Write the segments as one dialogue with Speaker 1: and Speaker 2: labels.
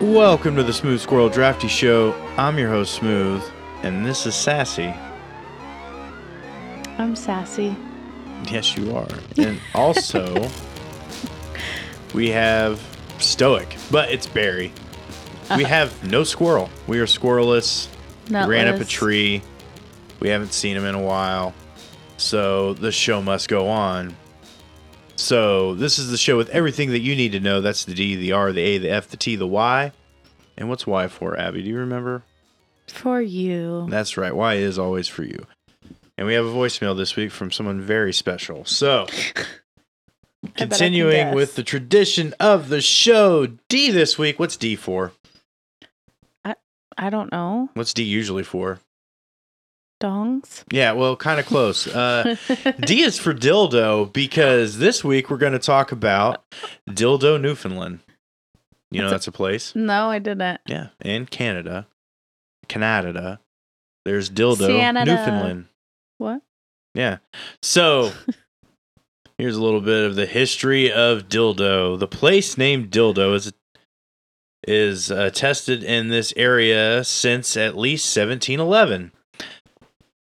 Speaker 1: Welcome to the Smooth Squirrel Drafty Show. I'm your host, Smooth, and this is Sassy.
Speaker 2: I'm sassy.
Speaker 1: Yes, you are. And also, we have Stoic, but it's Barry. We have no squirrel. We are squirrelless.
Speaker 2: Not
Speaker 1: we ran up a
Speaker 2: Liz.
Speaker 1: tree. We haven't seen him in a while. So the show must go on. So this is the show with everything that you need to know. That's the D, the R, the A, the F, the T, the Y. And what's Y for, Abby? Do you remember?
Speaker 2: For you.
Speaker 1: That's right. Y is always for you. And we have a voicemail this week from someone very special. So,
Speaker 2: can
Speaker 1: continuing
Speaker 2: guess.
Speaker 1: with the tradition of the show, D this week. What's D for?
Speaker 2: I don't know.
Speaker 1: What's D usually for?
Speaker 2: Dongs?
Speaker 1: Yeah, well, kind of close. Uh, D is for dildo because this week we're going to talk about Dildo Newfoundland. You know, that's a place.
Speaker 2: no, I didn't.
Speaker 1: Yeah, in Canada, Canada, there's dildo
Speaker 2: Canada.
Speaker 1: Newfoundland.
Speaker 2: What?
Speaker 1: Yeah. So here's a little bit of the history of dildo. The place named dildo is is uh, tested in this area since at least 1711.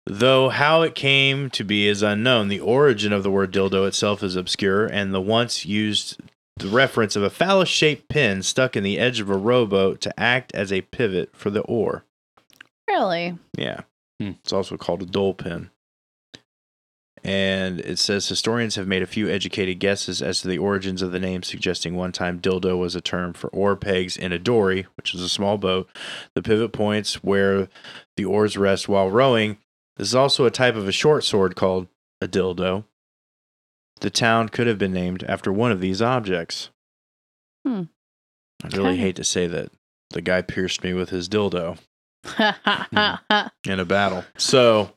Speaker 1: Though how it came to be is unknown. The origin of the word dildo itself is obscure, and the once used the reference of a phallus shaped pin stuck in the edge of a rowboat to act as a pivot for the oar.
Speaker 2: Really?
Speaker 1: Yeah.
Speaker 3: Hmm.
Speaker 1: It's also called a dole pin. And it says historians have made a few educated guesses as to the origins of the name, suggesting one time dildo was a term for oar pegs in a dory, which is a small boat, the pivot points where the oars rest while rowing. This is also a type of a short sword called a dildo. The town could have been named after one of these objects.
Speaker 2: Hmm.
Speaker 1: I really
Speaker 2: Okay.
Speaker 1: hate to say that the guy pierced me with his dildo Hmm. in a battle. So,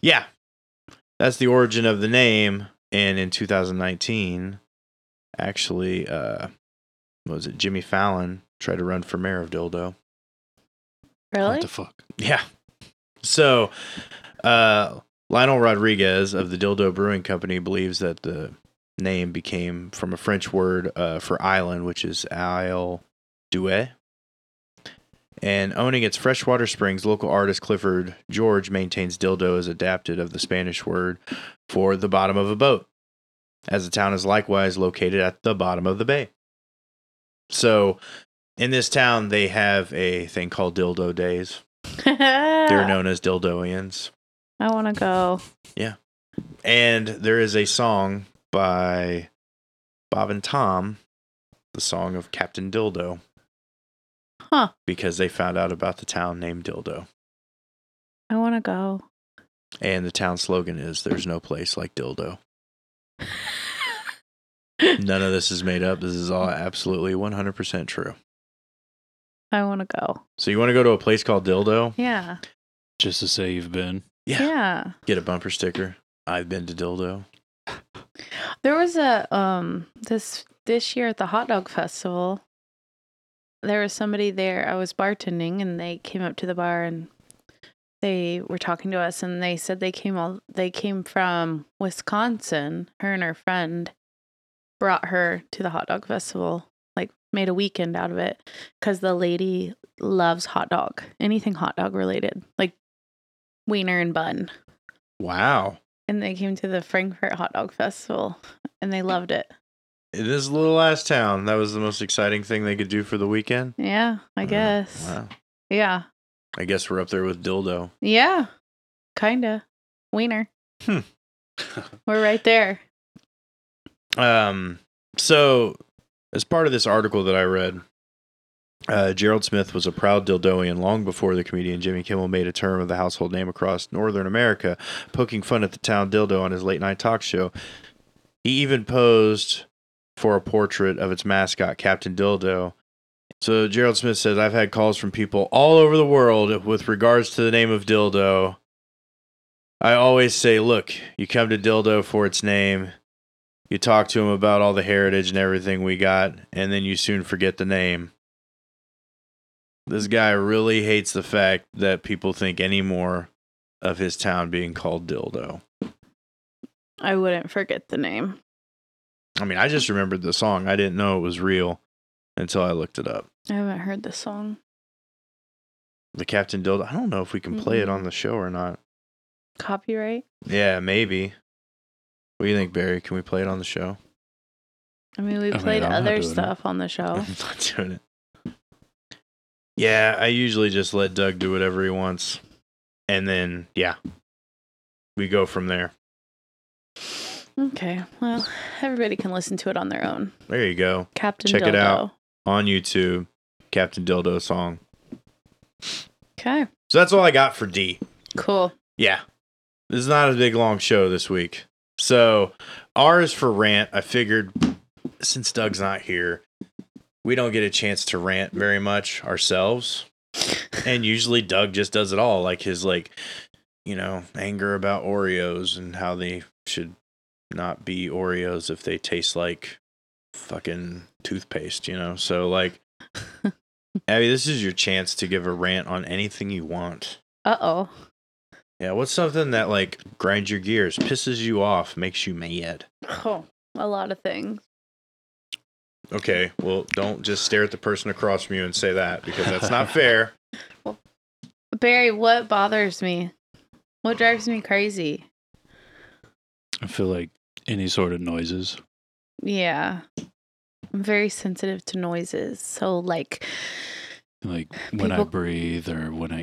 Speaker 1: yeah, that's the origin of the name. And in 2019, actually, uh, what was it? Jimmy Fallon tried to run for mayor of Dildo.
Speaker 2: really?
Speaker 3: What the fuck?
Speaker 1: Yeah. So, uh, Lionel Rodriguez of the Dildo Brewing Company believes that the name became from a French word uh, for island, which is Isle Douai. And owning its freshwater springs, local artist Clifford George maintains dildo is adapted of the Spanish word for the bottom of a boat, as the town is likewise located at the bottom of the bay. So, in this town, they have a thing called Dildo Days.
Speaker 2: Ah.
Speaker 1: They're known as Dildoians.
Speaker 2: I want to go.
Speaker 1: And there is a song by Bob and Tom, the song of Captain Dildo.
Speaker 2: Huh.
Speaker 1: Because they found out about the town named Dildo.
Speaker 2: I want to go.
Speaker 1: And the town slogan is There's no place like Dildo. None of this is made up. This is all absolutely 100% true.
Speaker 2: I want to go.
Speaker 1: So you want to go to a place called Dildo?
Speaker 2: Yeah.
Speaker 3: Just to say you've been.
Speaker 2: Yeah.
Speaker 1: Get a bumper sticker. I've been to Dildo.
Speaker 2: There was a um this this year at the hot dog festival. There was somebody there. I was bartending, and they came up to the bar and they were talking to us, and they said they came all they came from Wisconsin. Her and her friend brought her to the hot dog festival, like made a weekend out of it, because the lady loves hot dog, anything hot dog related, like wiener and bun
Speaker 1: Wow.
Speaker 2: and they came to the Frankfurt Hot Dog Festival and they loved it.
Speaker 1: In this little ass town, that was the most exciting thing they could do for the weekend.
Speaker 2: Yeah, I
Speaker 1: Mm,
Speaker 2: guess.
Speaker 1: Wow.
Speaker 2: Yeah.
Speaker 1: I guess we're up there with dildo.
Speaker 2: Yeah. Kinda. Wiener.
Speaker 1: Hmm.
Speaker 2: We're right there.
Speaker 1: Um, so as part of this article that I read, uh, Gerald Smith was a proud dildoian long before the comedian Jimmy Kimmel made a term of the household name across northern America, poking fun at the town dildo on his late night talk show. He even posed for a portrait of its mascot, Captain Dildo. So Gerald Smith says, I've had calls from people all over the world with regards to the name of dildo. I always say, look, you come to dildo for its name. You talk to him about all the heritage and everything we got, and then you soon forget the name. This guy really hates the fact that people think any more of his town being called Dildo.
Speaker 2: I wouldn't forget the name.
Speaker 1: I mean, I just remembered the song. I didn't know it was real. until I looked it up.
Speaker 2: I haven't heard the song.
Speaker 1: The Captain Dildo. I don't know if we can play it
Speaker 2: Mm-mm.
Speaker 1: on the show or not.
Speaker 2: Copyright?
Speaker 1: Yeah, maybe. What do you think, Barry? Can we play it on the show?
Speaker 2: I mean,
Speaker 3: I
Speaker 2: we
Speaker 3: mean,
Speaker 2: played
Speaker 3: I'm not
Speaker 2: other
Speaker 3: doing it.
Speaker 2: stuff on the show.
Speaker 1: I'm not doing it. Yeah, I usually just let Doug do whatever he wants. And then, yeah, we go from there.
Speaker 2: okay. Well, everybody can listen to it on their own.
Speaker 1: There you go.
Speaker 2: Captain
Speaker 1: Check
Speaker 2: Dildo.
Speaker 1: it out. On YouTube, Captain Dildo song.
Speaker 2: Okay.
Speaker 1: So that's all I got for D.
Speaker 2: Cool.
Speaker 1: Yeah. This is not a big long show this week. So R is for rant. I figured since Doug's not here, we don't get a chance to rant very much ourselves. And usually Doug just does it all, like his like, you know, anger about Oreos and how they should not be Oreos if they taste like fucking toothpaste, you know. So like Abby, this is your chance to give a rant on anything you want.
Speaker 2: Uh oh.
Speaker 1: Yeah, what's something that like grinds your gears, pisses you off, makes you mad?
Speaker 2: Oh, a lot of things.
Speaker 1: Okay, well, don't just stare at the person across from you and say that because that's not fair.
Speaker 2: Barry, what bothers me? What drives me crazy?
Speaker 3: I feel like any sort of noises.
Speaker 2: Yeah. I'm very sensitive to noises. So, like,
Speaker 3: Like when I
Speaker 2: People-
Speaker 3: breathe or when I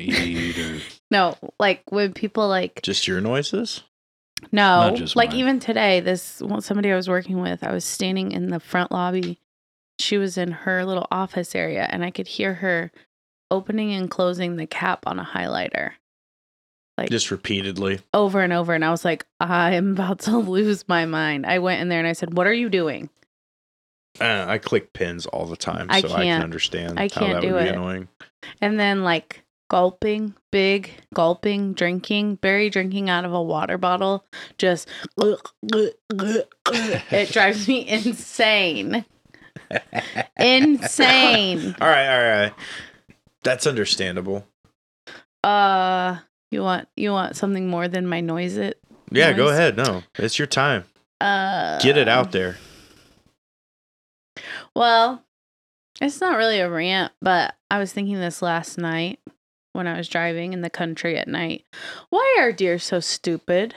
Speaker 3: eat or
Speaker 2: no, like when people like,
Speaker 1: Just your noises?
Speaker 2: no,
Speaker 3: just
Speaker 2: like
Speaker 3: mine.
Speaker 2: even today, this one- somebody I was working with, I was standing in the front lobby. She was in her little office area, and I could hear her opening and closing the cap on a highlighter
Speaker 1: Just repeatedly.
Speaker 2: over and over. And I was like, I am about to lose my mind. I went in there and I said, What are you doing?
Speaker 1: Uh, I click pins all the time,
Speaker 2: I
Speaker 1: so I can
Speaker 2: can't-
Speaker 1: understand
Speaker 2: I
Speaker 1: how
Speaker 2: can't
Speaker 1: that
Speaker 2: do
Speaker 1: would be
Speaker 2: it.
Speaker 1: annoying.
Speaker 2: And then like gulping, big gulping, drinking, Barry drinking out of a water bottle, just it drives me insane. Insane.
Speaker 1: All right, all right, all right. That's understandable.
Speaker 2: Uh you want you want something more than my noise it?
Speaker 1: Yeah, go
Speaker 2: Noise.
Speaker 1: ahead. No, it's your time.
Speaker 2: Uh
Speaker 1: Get it out there.
Speaker 2: Well, it's not really a rant, but I was thinking this last night when I was driving in the country at night. Why are deer so stupid?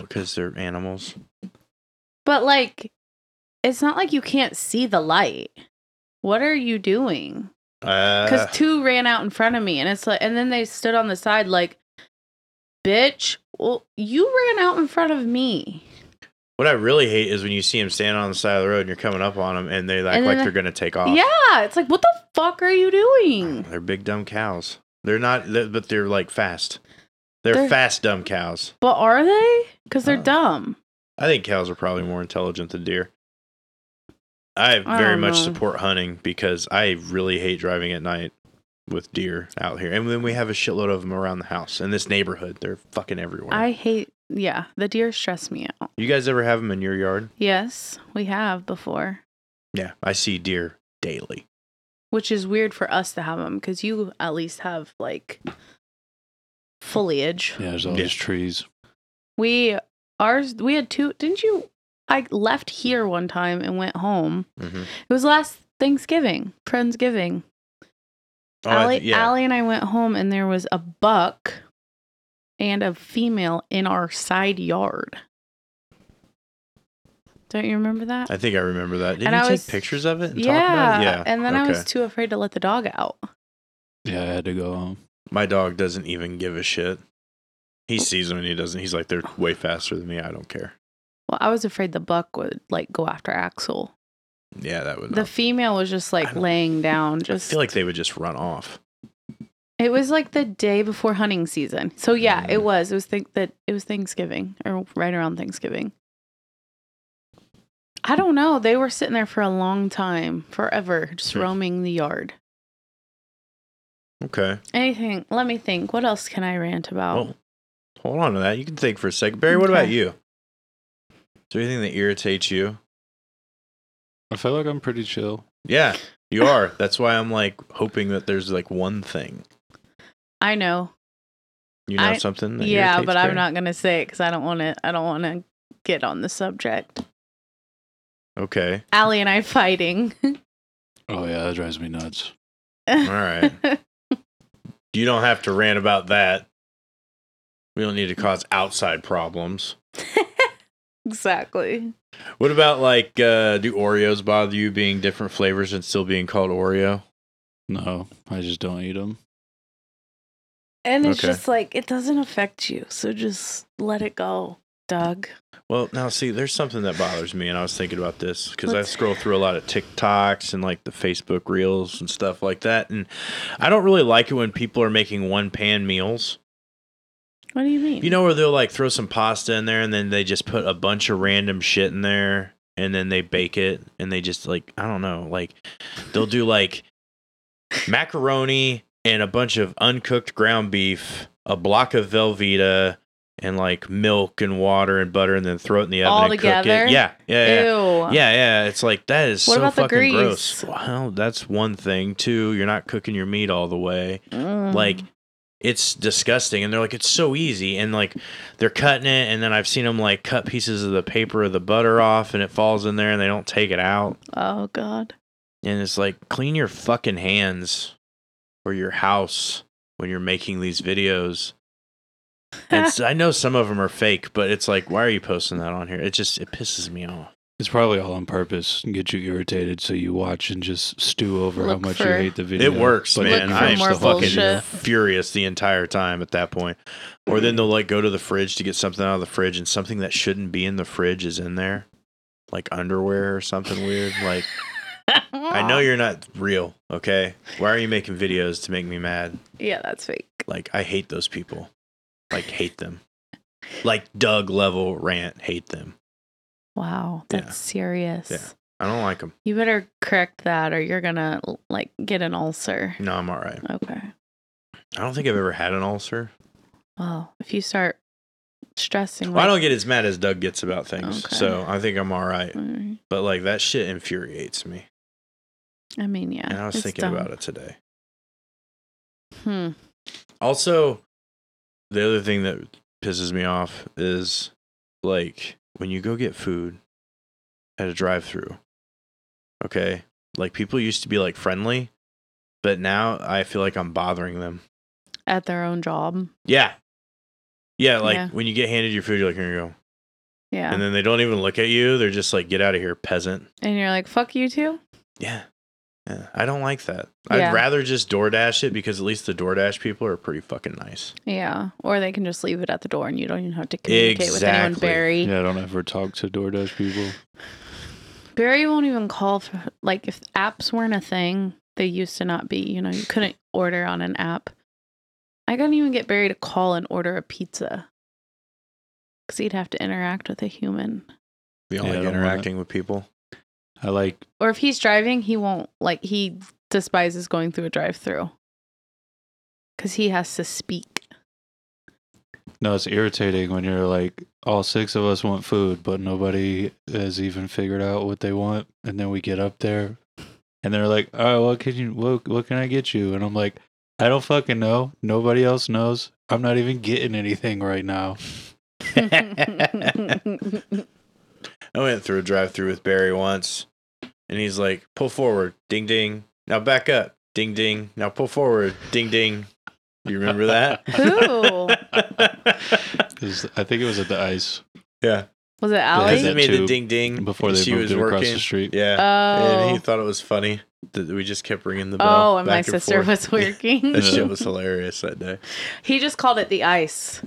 Speaker 1: Because Oh, they're animals.
Speaker 2: But like, it's not like you can't see the light. What are you doing? Because
Speaker 1: Uh,
Speaker 2: two ran out in front of me, and it's like, and then they stood on the side, like, bitch, well, you ran out in front of me.
Speaker 1: what I really hate is when you see them standing on the side of the road and you're coming up on them and they act
Speaker 2: And
Speaker 1: like
Speaker 2: then-
Speaker 1: they're going to take off.
Speaker 2: Yeah, it's like, what the fuck are you doing?
Speaker 1: They're big dumb cows. They're not, they but they're like fast. They're,
Speaker 2: They're-
Speaker 1: fast dumb cows.
Speaker 2: But are they? Because they're
Speaker 1: Uh,
Speaker 2: dumb.
Speaker 1: I think cows are probably more intelligent than deer. I
Speaker 2: I
Speaker 1: very
Speaker 2: don't
Speaker 1: much
Speaker 2: know.
Speaker 1: support hunting because I really hate driving at night with deer out here. And then we have a shitload of them around the house in this neighborhood. They're fucking everywhere.
Speaker 2: I hate. Yeah, the deer stress me out.
Speaker 1: you guys ever have them in your yard?
Speaker 2: Yes, we have before,
Speaker 1: Yeah, I see deer daily.
Speaker 2: which is weird for us to have them because you at least have like foliage.
Speaker 3: yeah, there's all
Speaker 1: Yeah.
Speaker 3: those trees.
Speaker 2: We ours we had two didn't you I left here one time and went home.
Speaker 1: Mm-hmm.
Speaker 2: It was last Thanksgiving, Friendsgiving.
Speaker 1: Oh, I-
Speaker 2: Allie,
Speaker 1: yeah.
Speaker 2: Allie and I went home and there was a buck and a female in our side yard. Don't you remember that?
Speaker 1: I think I remember that. Did
Speaker 2: And
Speaker 1: you
Speaker 2: I
Speaker 1: take
Speaker 2: was-
Speaker 1: pictures of it? And
Speaker 2: yeah.
Speaker 1: Talk about it? Yeah.
Speaker 2: And then I
Speaker 1: okay.
Speaker 2: was too afraid to let the dog out.
Speaker 3: Yeah, I had to go home.
Speaker 1: My dog doesn't even give a shit. He sees them and he doesn't. He's like, they're way faster than me. I don't care.
Speaker 2: Well, I was afraid the buck would like go after Axel.
Speaker 1: Yeah, that would.
Speaker 2: The female was just
Speaker 1: I
Speaker 2: like
Speaker 1: don't-
Speaker 2: laying down,
Speaker 1: I
Speaker 2: just
Speaker 1: feel like they would just run off.
Speaker 2: It was like the day before hunting season. So yeah,
Speaker 1: Mm.
Speaker 2: it was. It was think that it was Thanksgiving or right around Thanksgiving. I don't know. They were sitting there for a long time, forever, just
Speaker 1: Hmm.
Speaker 2: roaming the yard.
Speaker 1: Okay.
Speaker 2: Anything? Let me think. What else can I rant about?
Speaker 1: Well, hold on to that. You can think for a second. Barry, what about
Speaker 2: Oh. Okay.
Speaker 1: you? Is there anything that irritates you?
Speaker 3: I feel like I'm pretty chill.
Speaker 1: Yeah, you are. That's why I'm like hoping that there's like one thing.
Speaker 2: I know.
Speaker 1: You know
Speaker 2: I-
Speaker 1: something? That
Speaker 2: Yeah,
Speaker 1: irritates
Speaker 2: but I'm
Speaker 1: Barry?
Speaker 2: not gonna say it because I don't want to. I don't want to get on the subject.
Speaker 1: Okay.
Speaker 2: Allie and I fighting.
Speaker 3: Oh yeah, that drives me nuts.
Speaker 1: All right. You don't have to rant about that. We don't need to cause outside problems.
Speaker 2: exactly.
Speaker 1: What about like uh do Oreos bother you being different flavors and still being called Oreo?
Speaker 3: No, I just don't eat them.
Speaker 2: And it's
Speaker 1: Okay.
Speaker 2: just like it doesn't affect you, so just let it go, Doug.
Speaker 1: Well, now see, there's something that bothers me, and I was thinking about this because I
Speaker 2: What's-
Speaker 1: scroll through a lot of TikToks and like the Facebook Reels and stuff like that, and I don't really like it when people are making one pan meals.
Speaker 2: What do you mean?
Speaker 1: You know where they'll like throw some pasta in there, and then they just put a bunch of random shit in there, and then they bake it, and they just like I don't know, like they'll do like macaroni and a bunch of uncooked ground beef, a block of Velveeta. And like milk and water and butter, and then throw it in the oven
Speaker 2: All
Speaker 1: and
Speaker 2: together?
Speaker 1: cook it. Yeah, yeah, yeah.
Speaker 2: Ew.
Speaker 1: Yeah, yeah. It's like that is
Speaker 2: What
Speaker 1: so
Speaker 2: about the
Speaker 1: fucking
Speaker 2: grease?
Speaker 1: gross. Well, that's one thing. Two, you're not cooking your meat all the way.
Speaker 2: Mm.
Speaker 1: Like it's disgusting. And they're like, it's so easy. And like they're cutting it, and then I've seen them like cut pieces of the paper of the butter off, and it falls in there, and they don't take it out.
Speaker 2: oh god.
Speaker 1: And it's like, clean your fucking hands or your house when you're making these videos. And s- I know some of them are fake, but it's like, why are you posting that on here? It just it pisses me off.
Speaker 3: It's probably all on purpose and get you irritated so you watch and just stew over how
Speaker 2: Look
Speaker 3: much you
Speaker 2: for-
Speaker 3: hate the video.
Speaker 1: It works,
Speaker 3: but you
Speaker 1: man.
Speaker 2: Look for
Speaker 1: I'm
Speaker 3: watch
Speaker 2: more
Speaker 3: the whole
Speaker 1: fucking
Speaker 3: video.
Speaker 2: bullshit.
Speaker 1: furious the entire time at that point. Or then they'll like go to the fridge to get something out of the fridge, and something that shouldn't be in the fridge is in there, like underwear or something weird. Like I know you're not real, okay? Why are you making videos to make me mad?
Speaker 2: Yeah, that's fake.
Speaker 1: Like I hate those people. Like hate them. Like Doug level rant, hate them.
Speaker 2: Wow,
Speaker 1: Yeah.
Speaker 2: that's serious.
Speaker 1: Yeah. I don't like them.
Speaker 2: You better correct that, or you're gonna like get an ulcer.
Speaker 1: No, I'm all right.
Speaker 2: Okay.
Speaker 1: I don't think I've ever had an ulcer.
Speaker 2: Well, if you start stressing,
Speaker 1: Well, I don't
Speaker 2: like-
Speaker 1: get as mad as Doug gets about things,
Speaker 2: Okay.
Speaker 1: so I think I'm all right.
Speaker 2: Mm,
Speaker 1: But like that shit infuriates me.
Speaker 2: I mean, yeah.
Speaker 1: And I was thinking about it today.
Speaker 2: Hmm.
Speaker 1: Also, the other thing that pisses me off is like when you go get food at a drive through. Okay. Like people used to be like friendly, but now I feel like I'm bothering them.
Speaker 2: At their own job.
Speaker 1: Yeah. Yeah, like
Speaker 2: Yeah.
Speaker 1: when you get handed your food, you're like, here you go.
Speaker 2: Yeah.
Speaker 1: And
Speaker 2: And,
Speaker 1: then they don't even look at you. They're just like, get out of here, peasant.
Speaker 2: you're like, fuck you too?
Speaker 1: Yeah. Yeah. I don't like that.
Speaker 2: Yeah.
Speaker 1: I'd rather just DoorDash it because at least the DoorDash people are pretty fucking nice.
Speaker 2: Yeah. Or they can just leave it at the door and you don't even have to communicate with anyone.
Speaker 1: Exactly.
Speaker 2: Barry.
Speaker 3: Yeah, I don't ever talk to DoorDash people.
Speaker 2: Barry won't even call for, like, if apps weren't a thing, they used to not be. You know, you couldn't order on an app. I couldn't even get Barry to call and order a pizza because he'd have to interact with a human.
Speaker 1: You don't like
Speaker 3: Yeah, I don't want
Speaker 1: interacting with people.
Speaker 3: I like
Speaker 2: Or if he's driving, he won't like he despises going through a drive-through because he has to speak.
Speaker 3: no, it's irritating when you're like all six of us want food, but nobody has even figured out what they want, and then we get up there, and they're like, "All right, what can you what what can I get you?" And I'm like, "I don't fucking know. Nobody else knows. I'm not even getting anything right now."
Speaker 2: That's
Speaker 1: I went through a drive through with Barry once and he's like, pull forward, ding ding. Now back up, ding ding. Now pull forward, ding ding. You remember that?
Speaker 2: Who?
Speaker 3: Because I think it was at the ice
Speaker 1: yeah.
Speaker 2: Was
Speaker 1: Because
Speaker 2: it Allie?
Speaker 1: it
Speaker 3: that
Speaker 1: made the
Speaker 3: too,
Speaker 1: ding ding
Speaker 3: before they
Speaker 1: she
Speaker 3: moved
Speaker 1: was
Speaker 3: it across
Speaker 1: working.
Speaker 3: the street.
Speaker 1: Yeah. And he
Speaker 2: Oh,
Speaker 1: thought it was funny that we just kept ringing the bell.
Speaker 2: oh, and my
Speaker 1: back
Speaker 2: sister
Speaker 1: forth.
Speaker 2: was working.
Speaker 1: That shit was hilarious that day.
Speaker 2: he just called it the ice.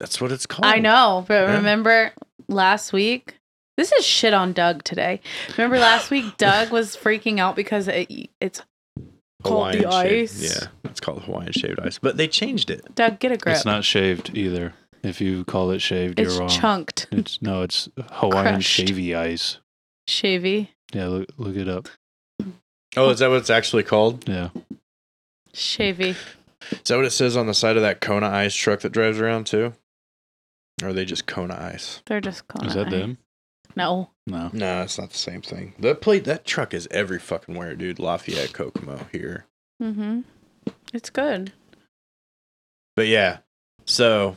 Speaker 1: That's what it's called.
Speaker 2: I know, but
Speaker 1: Yeah.
Speaker 2: remember last week? This is shit on Doug today. Remember last week? Doug was freaking out because it, it's called the
Speaker 1: shaved-
Speaker 2: ice.
Speaker 1: Yeah. It's called Hawaiian shaved ice. But they changed it.
Speaker 2: Doug. Get a grip.
Speaker 3: It's not shaved either. If you call it shaved,
Speaker 2: It's
Speaker 1: uh,
Speaker 3: you're wrong.
Speaker 2: chunked.
Speaker 3: It's no, it's Hawaiian
Speaker 2: Crushed.
Speaker 3: shavy ice.
Speaker 2: Shavy.
Speaker 3: Yeah, look, look it up.
Speaker 1: Oh, is that what it's actually called?
Speaker 3: Yeah,
Speaker 2: Shavy.
Speaker 1: Is that what it says on the side of that Kona Ice truck that drives around too? Or are they just Kona Ice?
Speaker 2: They're just calling.
Speaker 3: is
Speaker 2: it
Speaker 3: that
Speaker 2: ice.
Speaker 3: them?
Speaker 2: No.
Speaker 3: No,
Speaker 1: No, it's not the same thing. That plate, that truck is every fucking where, dude. Lafayette, Kokomo, here.
Speaker 2: Mm-hmm. It's good.
Speaker 1: But yeah, so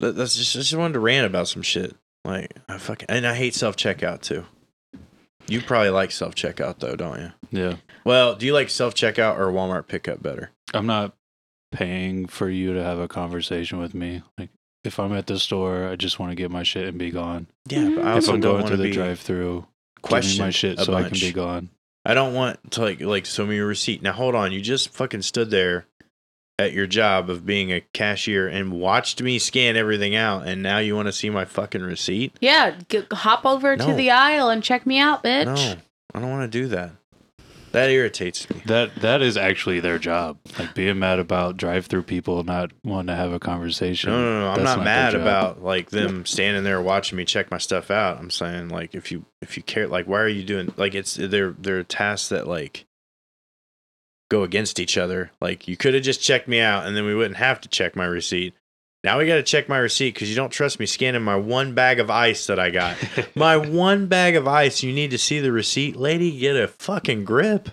Speaker 1: that, that's just I just wanted to rant about some shit. Like I fucking and I hate self checkout too. You probably like self checkout though, don't you?
Speaker 3: Yeah.
Speaker 1: Well, do you like self checkout or Walmart pickup better?
Speaker 3: I'm not paying for you to have a conversation with me. Like if I'm at the store, I just want to get my shit and be gone.
Speaker 1: Yeah, but I
Speaker 2: Mhm.
Speaker 3: if
Speaker 1: also
Speaker 3: I'm
Speaker 1: don't
Speaker 3: going
Speaker 1: want to
Speaker 3: through the
Speaker 1: be drive
Speaker 3: drive-through, give
Speaker 1: question
Speaker 3: me my shit
Speaker 1: a
Speaker 3: so I
Speaker 1: bunch.
Speaker 3: can be gone.
Speaker 1: I don't want to like like show me your receipt. Now hold on, you just fucking stood there at your job of being a cashier and watched me scan everything out, and now you want to see my fucking receipt?
Speaker 2: Yeah, g- hop over to
Speaker 1: No.
Speaker 2: the aisle and check me out, bitch.
Speaker 1: No, I don't want to do that. That irritates me.
Speaker 3: That that is actually their job. Like being mad about drive-through people not wanting to have a conversation.
Speaker 1: No, no, no. I'm
Speaker 3: That's
Speaker 1: not,
Speaker 3: their
Speaker 1: mad
Speaker 3: job.
Speaker 1: about like them standing there watching me check my stuff out. I'm saying like if you if you care, like why are you doing like it's they're they're tasks that like go against each other. Like you could have just checked me out, and then we wouldn't have to check my receipt. Now we got to check my receipt because you don't trust me scanning my one bag of ice that I got. my one bag of ice. You need to see the receipt, lady. Get a fucking grip.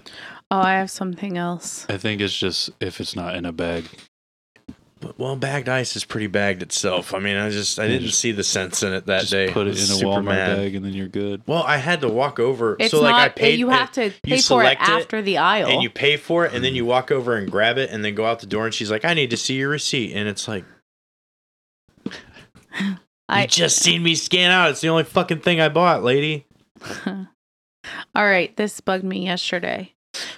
Speaker 2: Oh, I have something else.
Speaker 3: I think it's just if it's not in a bag.
Speaker 1: But, well, bagged ice is pretty bagged itself. I mean, I just I
Speaker 3: Yeah,
Speaker 1: didn't
Speaker 3: just-
Speaker 1: see the sense in it that
Speaker 3: just
Speaker 1: day.
Speaker 3: put
Speaker 1: I
Speaker 3: it in a
Speaker 1: was super
Speaker 3: Walmart
Speaker 1: mad.
Speaker 3: bag and then you're good.
Speaker 1: Well, I had to walk over.
Speaker 2: It's
Speaker 1: so like
Speaker 2: not.
Speaker 1: I paid
Speaker 2: you have to pay for it
Speaker 1: select it,
Speaker 2: after the aisle.
Speaker 1: and you pay for it and then you walk over and grab it and then go out the door and she's like, "I need to see your receipt." And it's like,
Speaker 2: I-
Speaker 1: "You just seen me scan out. It's the only fucking thing I bought, lady."
Speaker 2: All right, this bugged me yesterday.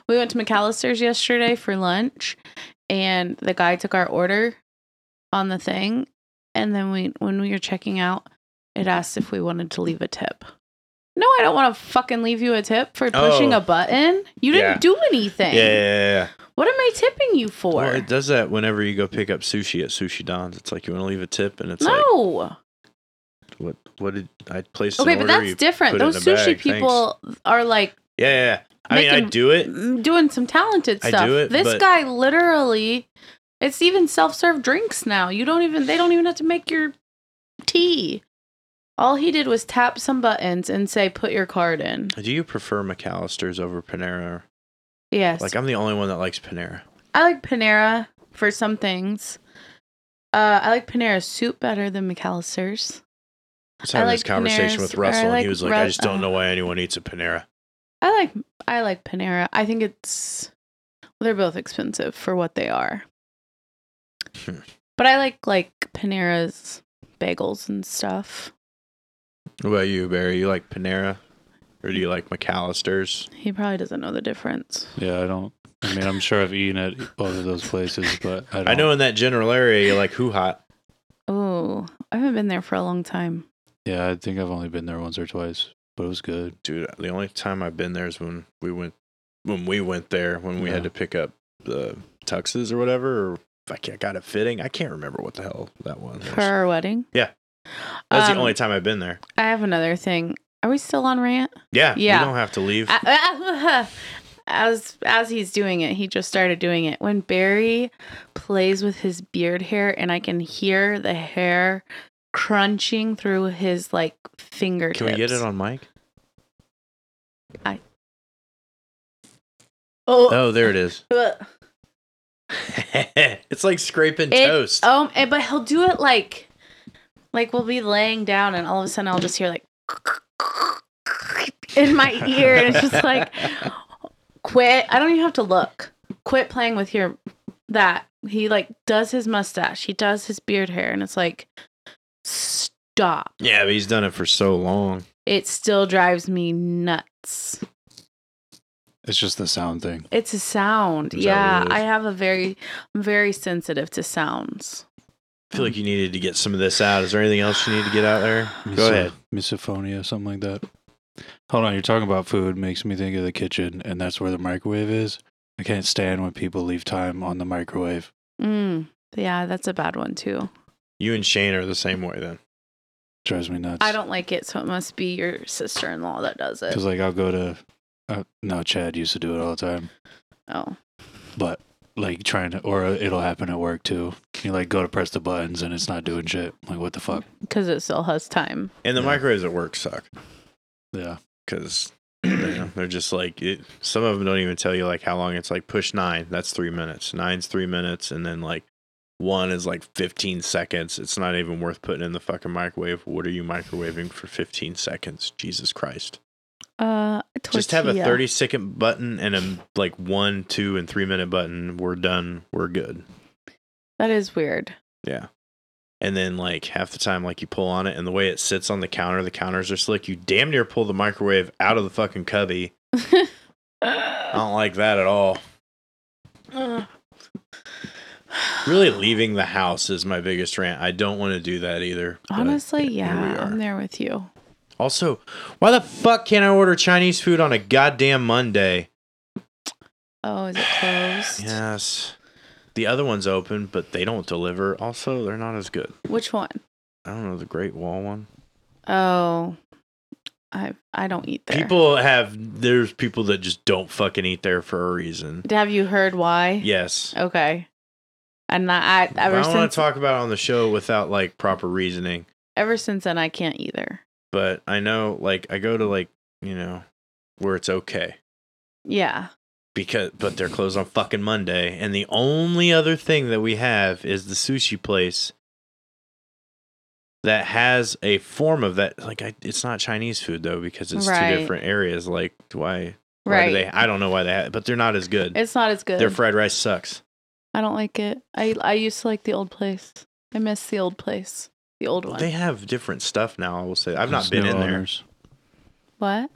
Speaker 2: We went to McAllister's yesterday for lunch, and the guy took our order on the thing, and then we when we were checking out, it asked if we wanted to leave a tip. No, I don't want to fucking leave you a tip for pushing
Speaker 1: Oh.
Speaker 2: a button. You didn't
Speaker 1: Yeah.
Speaker 2: do anything.
Speaker 1: Yeah.
Speaker 2: What am I tipping you for?
Speaker 1: Well, it does that whenever you go pick up sushi at Sushi Don's. It's like you want to leave a tip and it's like,
Speaker 2: no.
Speaker 1: "What what did I place
Speaker 2: okay,
Speaker 1: an
Speaker 2: but
Speaker 1: order,
Speaker 2: that's
Speaker 1: you
Speaker 2: different.
Speaker 1: put it in
Speaker 2: Those
Speaker 1: a
Speaker 2: sushi
Speaker 1: bag,
Speaker 2: people are like
Speaker 1: Yeah, yeah, yeah. I mean, I
Speaker 2: Making-
Speaker 1: do it.
Speaker 2: mm, doing some talented
Speaker 1: I
Speaker 2: stuff.
Speaker 1: do it,
Speaker 2: this
Speaker 1: but-
Speaker 2: guy literally it's even self-serve drinks now. You don't even they don't even have to make your tea. All he did was tap some buttons and say put your card in.
Speaker 1: Do you prefer McAllister's over Panera?
Speaker 2: Yes.
Speaker 1: Like I'm the only one that likes Panera.
Speaker 2: I like Panera for some things. Uh, I like Panera's soup better than McAllister's.
Speaker 1: I was having
Speaker 2: I
Speaker 1: this
Speaker 2: like
Speaker 1: conversation
Speaker 2: Panera's,
Speaker 1: with
Speaker 2: or I
Speaker 1: Russell, and
Speaker 2: like
Speaker 1: he was like,
Speaker 2: Ru-
Speaker 1: "I just don't know why anyone eats a Panera."
Speaker 2: I like I like Panera. I think it's they're both expensive for what they are.
Speaker 1: Hmm.
Speaker 2: But I like like Panera's bagels and stuff.
Speaker 1: What about you, Barry? You like Panera, or do you like McAllister's?
Speaker 2: He probably doesn't know the difference.
Speaker 3: Yeah, I don't. I mean, I'm sure I've eaten at both of those places, but I don't.
Speaker 1: I know in that general area, you like Who Hot.
Speaker 2: Oh, I haven't been there for a long time.
Speaker 3: Yeah, I think I've only been there once or twice, but it was good.
Speaker 1: Dude, the only time I've been there is when we went when we went there when we had
Speaker 3: Yeah.
Speaker 1: to pick up the tuxes or whatever. Or I can't, got a fitting. I can't remember what the hell that one was.
Speaker 2: For our wedding.
Speaker 1: Yeah. That's
Speaker 2: Um,
Speaker 1: the only time I've been there.
Speaker 2: I have another thing. Are we still on rant?
Speaker 1: Yeah,
Speaker 2: yeah.
Speaker 1: we don't have to leave.
Speaker 2: as as he's doing it, he just started doing it. When Barry plays with his beard hair, and I can hear the hair crunching through his like fingertips.
Speaker 1: Can we get it on mic?
Speaker 2: Oh,
Speaker 1: Oh, there it is.
Speaker 2: ugh.
Speaker 1: it's like scraping
Speaker 2: It-
Speaker 1: toast.
Speaker 2: um, and- but he'll do it like, like we'll be laying down, and all of a sudden I'll just hear like in my ear, and it's just like, quit. I don't even have to look. Quit playing with your that. He like does his mustache. He does his beard hair, and it's like, stop.
Speaker 1: yeah, but he's done it for so long.
Speaker 2: It still drives me nuts.
Speaker 3: It's just the sound thing.
Speaker 2: It's a sound.
Speaker 1: Is that
Speaker 2: yeah,
Speaker 1: what it is?
Speaker 2: I have a very, I'm very sensitive to sounds.
Speaker 1: I feel like you needed to get some of this out. Is there anything else you need to get out there? Go ahead.
Speaker 3: Misophonia, something like that. Hold on, you're talking about food makes me think of the kitchen, and that's where the microwave is. I can't stand when people leave time on the microwave.
Speaker 2: Mm, yeah, that's a bad one too.
Speaker 1: You and Shane are the same way then.
Speaker 3: drives me nuts.
Speaker 2: I don't like it, so it must be your sister in law that does it.
Speaker 3: because like I'll go to. Uh, no, Chad used to do it all the time,
Speaker 2: Oh.
Speaker 3: but like trying to, or it'll happen at work too. You like go to press the buttons and it's not doing shit. Like what the fuck?
Speaker 2: Because it still has time.
Speaker 1: And the
Speaker 3: Yeah.
Speaker 1: microwaves at work suck
Speaker 3: Yeah,
Speaker 1: because they're just like it, some of them don't even tell you like how long it's like push nine. That's three minutes. Nine's three minutes, and then like one is like fifteen seconds. It's not even worth putting in the fucking microwave. What are you microwaving for fifteen seconds? Jesus Christ!
Speaker 2: Uh, tortilla.
Speaker 1: Just have a 30 second button and a like one, two, and three minute button. We're done. We're good.
Speaker 2: That is weird.
Speaker 1: Yeah. And then like half the time, like you pull on it, and the way it sits on the counter, the counters are slick. You damn near pull the microwave out of the fucking cubby. I don't like that at all. Really, leaving the house is my biggest rant. I don't want to do that either. but
Speaker 2: Honestly,
Speaker 1: here we
Speaker 2: yeah,
Speaker 1: are.
Speaker 2: I'm there with you.
Speaker 1: Also, why the fuck can't I order Chinese food on a goddamn Monday?
Speaker 2: Oh, is it closed?
Speaker 1: Yes. The other one's open, but they don't deliver. Also, they're not as good.
Speaker 2: Which one?
Speaker 1: I don't know the Great Wall one.
Speaker 2: Oh, I I don't eat there.
Speaker 1: People have there's people that just don't fucking eat there for a reason.
Speaker 2: Have you heard why?
Speaker 1: Yes.
Speaker 2: Okay. And I,
Speaker 1: I
Speaker 2: I ever
Speaker 1: don't want
Speaker 2: since
Speaker 1: to talk about it on the show without like proper reasoning.
Speaker 2: ever since then I can't either.
Speaker 1: But I know like I go to like, you know, where it's okay.
Speaker 2: Yeah.
Speaker 1: because but they're closed on fucking Monday, and the only other thing that we have is the sushi place that has a form of that. Like, I, it's not Chinese food though because it's
Speaker 2: Right.
Speaker 1: two different areas. Like, why? Why
Speaker 2: Right.
Speaker 1: do they? I don't know why they have, but they're not as good.
Speaker 2: it's not as good.
Speaker 1: Their fried rice sucks.
Speaker 2: I don't like it. I I used to like the old place. I miss the old place. The old one.
Speaker 1: They have different stuff now. I will say I've not
Speaker 3: There's
Speaker 1: been
Speaker 3: new
Speaker 1: in there.
Speaker 3: owners.
Speaker 2: what?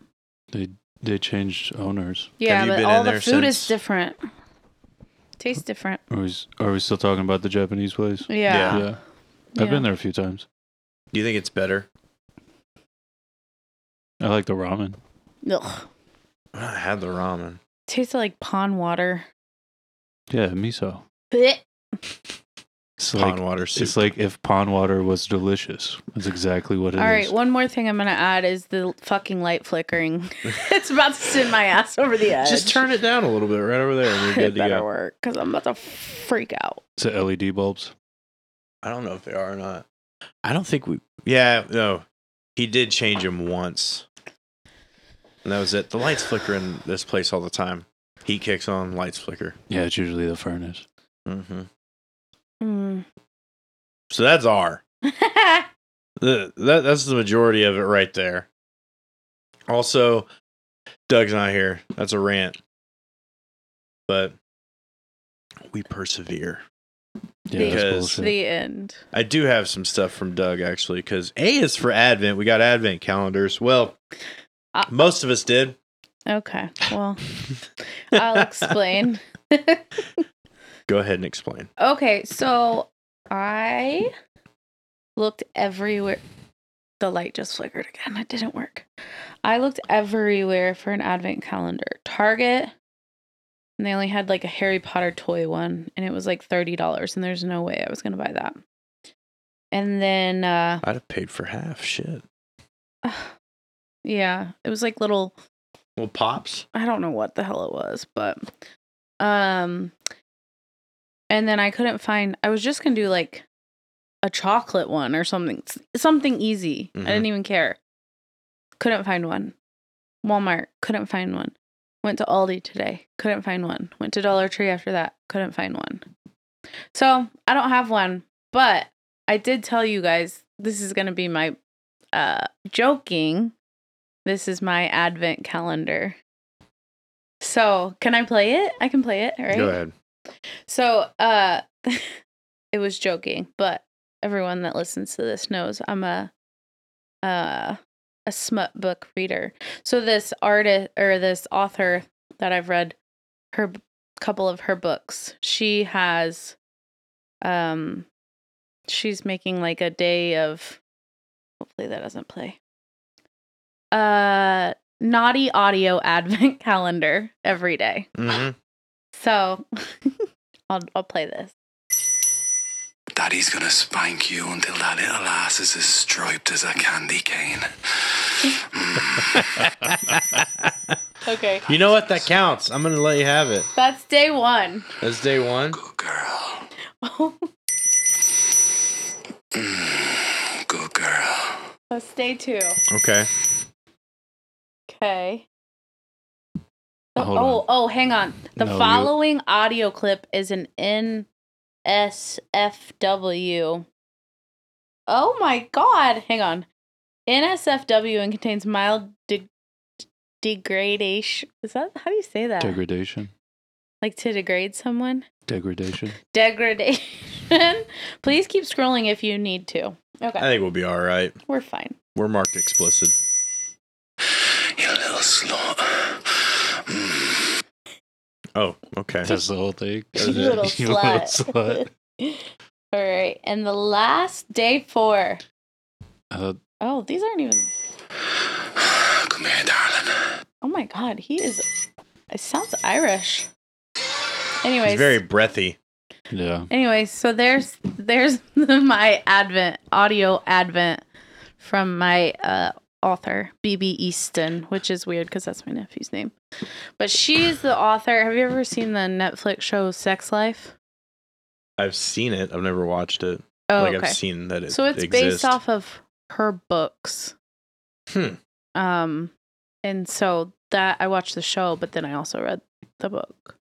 Speaker 3: They changed owners.
Speaker 2: Yeah,
Speaker 1: you
Speaker 2: but
Speaker 1: been
Speaker 2: all
Speaker 1: in
Speaker 2: the
Speaker 1: there
Speaker 2: food is
Speaker 1: since-
Speaker 2: different. Tastes different.
Speaker 3: Are we, s- are we still talking about the Japanese place?
Speaker 2: Yeah.
Speaker 3: yeah. I've been there a few times.
Speaker 1: Do you think it's better?
Speaker 3: I like the ramen.
Speaker 2: there. Ugh.
Speaker 1: I had the ramen.
Speaker 2: Tasted like pond water.
Speaker 3: Yeah, miso.
Speaker 2: Blech.
Speaker 3: It's
Speaker 1: Pond
Speaker 3: like
Speaker 1: water soup.
Speaker 3: it's like if pond water was delicious. That's exactly what it
Speaker 2: All
Speaker 3: is.
Speaker 2: right, one more thing I'm gonna add is the fucking light flickering. it's about to send my ass over the edge.
Speaker 1: Just turn it down a little bit right over there, and you're
Speaker 2: it
Speaker 1: good to
Speaker 2: better
Speaker 1: go.
Speaker 2: work because I'm about to freak out.
Speaker 3: It's the LED E bulbs.
Speaker 1: I don't know if they are or not. I don't think we. Yeah, no. He did change him once. And that was it. The lights flicker in this place all the time. Heat kicks on, lights flicker.
Speaker 3: Yeah, it's usually the furnace.
Speaker 1: Mm-hmm.
Speaker 2: Mm.
Speaker 1: So that's R. The, that, that's the majority of it right there. Also, Doug's not here. That's a rant. But we persevere.
Speaker 3: Yeah, that's
Speaker 1: Because-
Speaker 3: bullshit.
Speaker 2: the end.
Speaker 1: I do have some stuff from Doug actually, because A is for Advent. We got Advent calendars. Well,
Speaker 2: Uh,
Speaker 1: most of us did.
Speaker 2: Okay. Well, I'll explain.
Speaker 1: Go ahead and explain.
Speaker 2: okay, so I looked everywhere. The light just flickered again. It didn't work. I looked everywhere for an advent calendar. Target, and they only had like a Harry Potter toy one, and it was like $30, and there's no way I was going to buy that. And then uh,
Speaker 1: I'd have paid for half. Shit.
Speaker 2: Yeah, it was like little
Speaker 1: Well, pops.
Speaker 2: I don't know what the hell it was, but um and then I couldn't find I was just going to do like a chocolate one or something s- something easy.
Speaker 1: Mhm.
Speaker 2: I didn't even care. Couldn't find one. Walmart, couldn't find one. Went to Aldi today, couldn't find one. Went to Dollar Tree after that, couldn't find one. So, I don't have one, but I did tell you guys this is going to be my uh joking. This is my advent calendar. So, can I play it? I can play it, right?
Speaker 1: Go ahead.
Speaker 2: So, uh it was joking, but everyone that listens to this knows I'm a uh a smut book reader. So this artist or this author that I've read her b- couple of her books, she has um she's making like a day of hopefully that doesn't play. Uh naughty audio advent calendar every day.
Speaker 1: Mm-hmm.
Speaker 2: So I'll I'll play this.
Speaker 4: Daddy's gonna spank you until that little ass is as striped as a candy cane. Mm.
Speaker 2: Okay.
Speaker 1: you know what? That counts. I'm gonna let you have it.
Speaker 2: That's day one.
Speaker 1: That's day one.
Speaker 4: Good girl. Mm. Good girl.
Speaker 2: That's day two.
Speaker 1: Okay.
Speaker 2: Okay.
Speaker 3: Oh, hold
Speaker 2: oh,
Speaker 3: on.
Speaker 2: oh, hang on. The
Speaker 3: No, you-
Speaker 2: following audio clip is an NSFW. Oh my god. Hang on. NSFW and contains mild de- degradation. Is that how do you say that?
Speaker 3: Degradation.
Speaker 2: like to degrade someone?
Speaker 3: Degradation.
Speaker 2: Degradation. Please keep scrolling if you need to. Okay.
Speaker 1: I think we'll be all right.
Speaker 2: We're fine.
Speaker 1: We're marked explicit.
Speaker 4: You little slut. Mm.
Speaker 1: Oh, okay.
Speaker 3: That's the whole thing.
Speaker 2: You little slut. All right. And the last day four.
Speaker 3: Uh,
Speaker 2: Oh, these aren't even.
Speaker 4: Come here, darling.
Speaker 2: Oh my God. He is. It sounds Irish. Anyways.
Speaker 1: He's very breathy.
Speaker 3: yeah.
Speaker 2: Anyway, so there's there's my advent audio advent from my uh, author BB Easton, which is weird because that's my nephew's name. But she's the author. Have you ever seen the Netflix show Sex Life?
Speaker 1: I've seen it. I've never watched it.
Speaker 2: Oh,
Speaker 1: like
Speaker 2: okay.
Speaker 1: I've seen that it
Speaker 2: so it's
Speaker 1: exists.
Speaker 2: based off of her books.
Speaker 1: Hmm.
Speaker 2: Um, and so that I watched the show, but then I also read the book,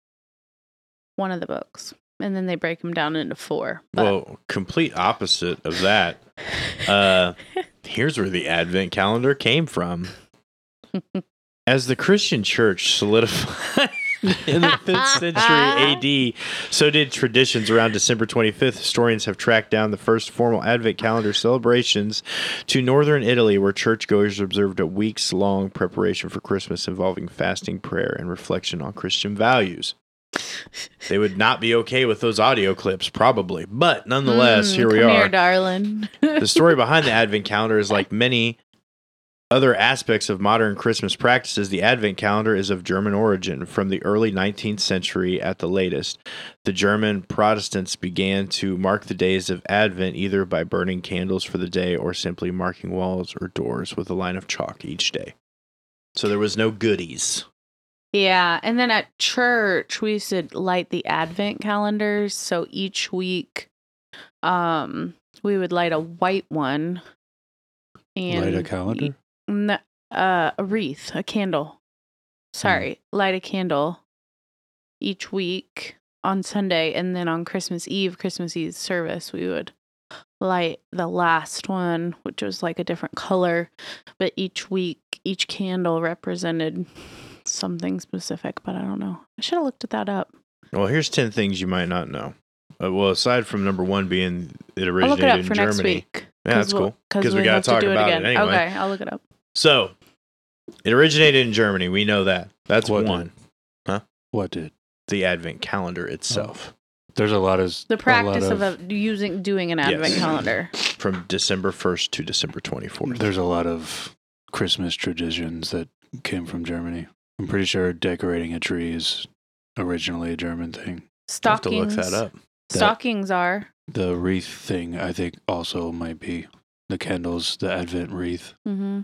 Speaker 2: one of the books, and then they break them down into four. But
Speaker 1: Well, complete opposite of that. Uh, here's where the Advent calendar came from. As the Christian church solidified in the 5th century AD, so did traditions around December 25th. Historians have tracked down the first formal Advent calendar celebrations to northern Italy, where churchgoers observed a weeks long preparation for Christmas involving fasting, prayer, and reflection on Christian values. They would not be okay with those audio clips, probably. But nonetheless,
Speaker 2: Mm,
Speaker 1: here we
Speaker 2: come
Speaker 1: are.
Speaker 2: darling.
Speaker 1: the story behind the advent calendar is like many other aspects of modern christmas practices the advent calendar is of german origin from the early 19th century at the latest the german protestants began to mark the days of advent either by burning candles for the day or simply marking walls or doors with a line of chalk each day so there was no goodies
Speaker 2: yeah, and then at church we used to light the advent calendars, so each week um we would light a white one and
Speaker 3: Light a calendar.
Speaker 2: n- uh, a wreath, a candle.
Speaker 1: Hmm.
Speaker 2: Sorry, light a candle each week on Sunday, and then on Christmas Eve, Christmas Eve service, we would light the last one, which was like a different color, but each week, each candle represented something specific. But I don't know. I should have looked at that up.
Speaker 1: well here's 10 things you might not know uh, well aside from number one being it
Speaker 2: I'll look
Speaker 1: originated
Speaker 2: it up
Speaker 1: in
Speaker 2: for
Speaker 1: germany
Speaker 2: next week.
Speaker 1: yeah that's cool
Speaker 2: because we,
Speaker 1: gotta
Speaker 2: have to
Speaker 1: talk
Speaker 2: do it
Speaker 1: about it
Speaker 2: again.
Speaker 1: anyway.
Speaker 2: Okay, I'll look it up.
Speaker 1: So it originated in Germany. We know that. That's
Speaker 3: What?
Speaker 1: one.
Speaker 3: What did? Oh.
Speaker 1: The advent calendar itself
Speaker 3: There's a lot of
Speaker 2: The practice
Speaker 3: a lot
Speaker 2: of, a, using doing an advent
Speaker 1: Yes.
Speaker 2: calendar.
Speaker 1: from December 1st to December 24th.
Speaker 3: There's a lot of Christmas traditions that came from Germany. I'm pretty sure decorating a tree is originally a German thing.
Speaker 1: I'll
Speaker 2: Stockings.
Speaker 1: have to look that up.
Speaker 3: That-
Speaker 2: Stockings are.
Speaker 3: The wreath thing, I think, also might be the candles, the Advent wreath.
Speaker 2: hmm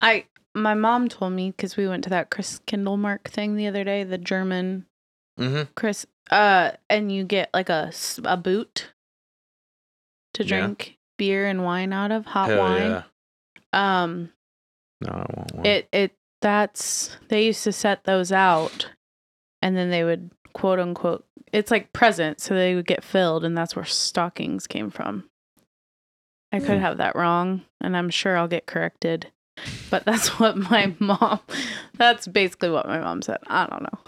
Speaker 2: I my mom told me because we went to that Chris Kindlemark thing the other day, the German
Speaker 1: Mm-hmm.
Speaker 2: Chris, uh, and you get like a s- a boot to
Speaker 1: Yeah.
Speaker 2: drink beer and wine out of hot wine. Um,
Speaker 1: No, I want one.
Speaker 2: it it that's they used to set those out, and then they would quote unquote it's like presents, so they would get filled, and that's where stockings came from. I could have that wrong, and I'm sure I'll get corrected. But that's what my mom. That's basically what my mom said. I don't know.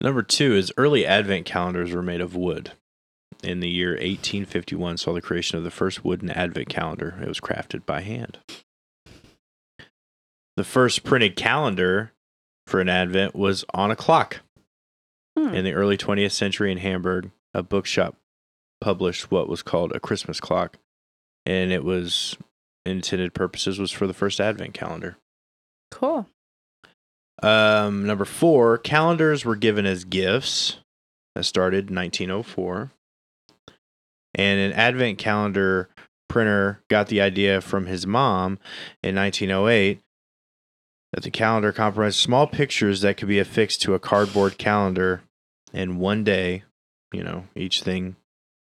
Speaker 1: Number two is early advent calendars were made of wood. In the year 1851, saw the creation of the first wooden advent calendar. It was crafted by hand. The first printed calendar for an advent was on a clock.
Speaker 2: Hmm.
Speaker 1: In the early 20th century in Hamburg, a bookshop published what was called a Christmas clock, and it was intended purposes was for the first advent calendar.
Speaker 2: Cool.
Speaker 1: Um, number four, calendars were given as gifts. That started in 1904. And an advent calendar printer got the idea from his mom in 1908 that the calendar comprised small pictures that could be affixed to a cardboard calendar. And one day, you know, each thing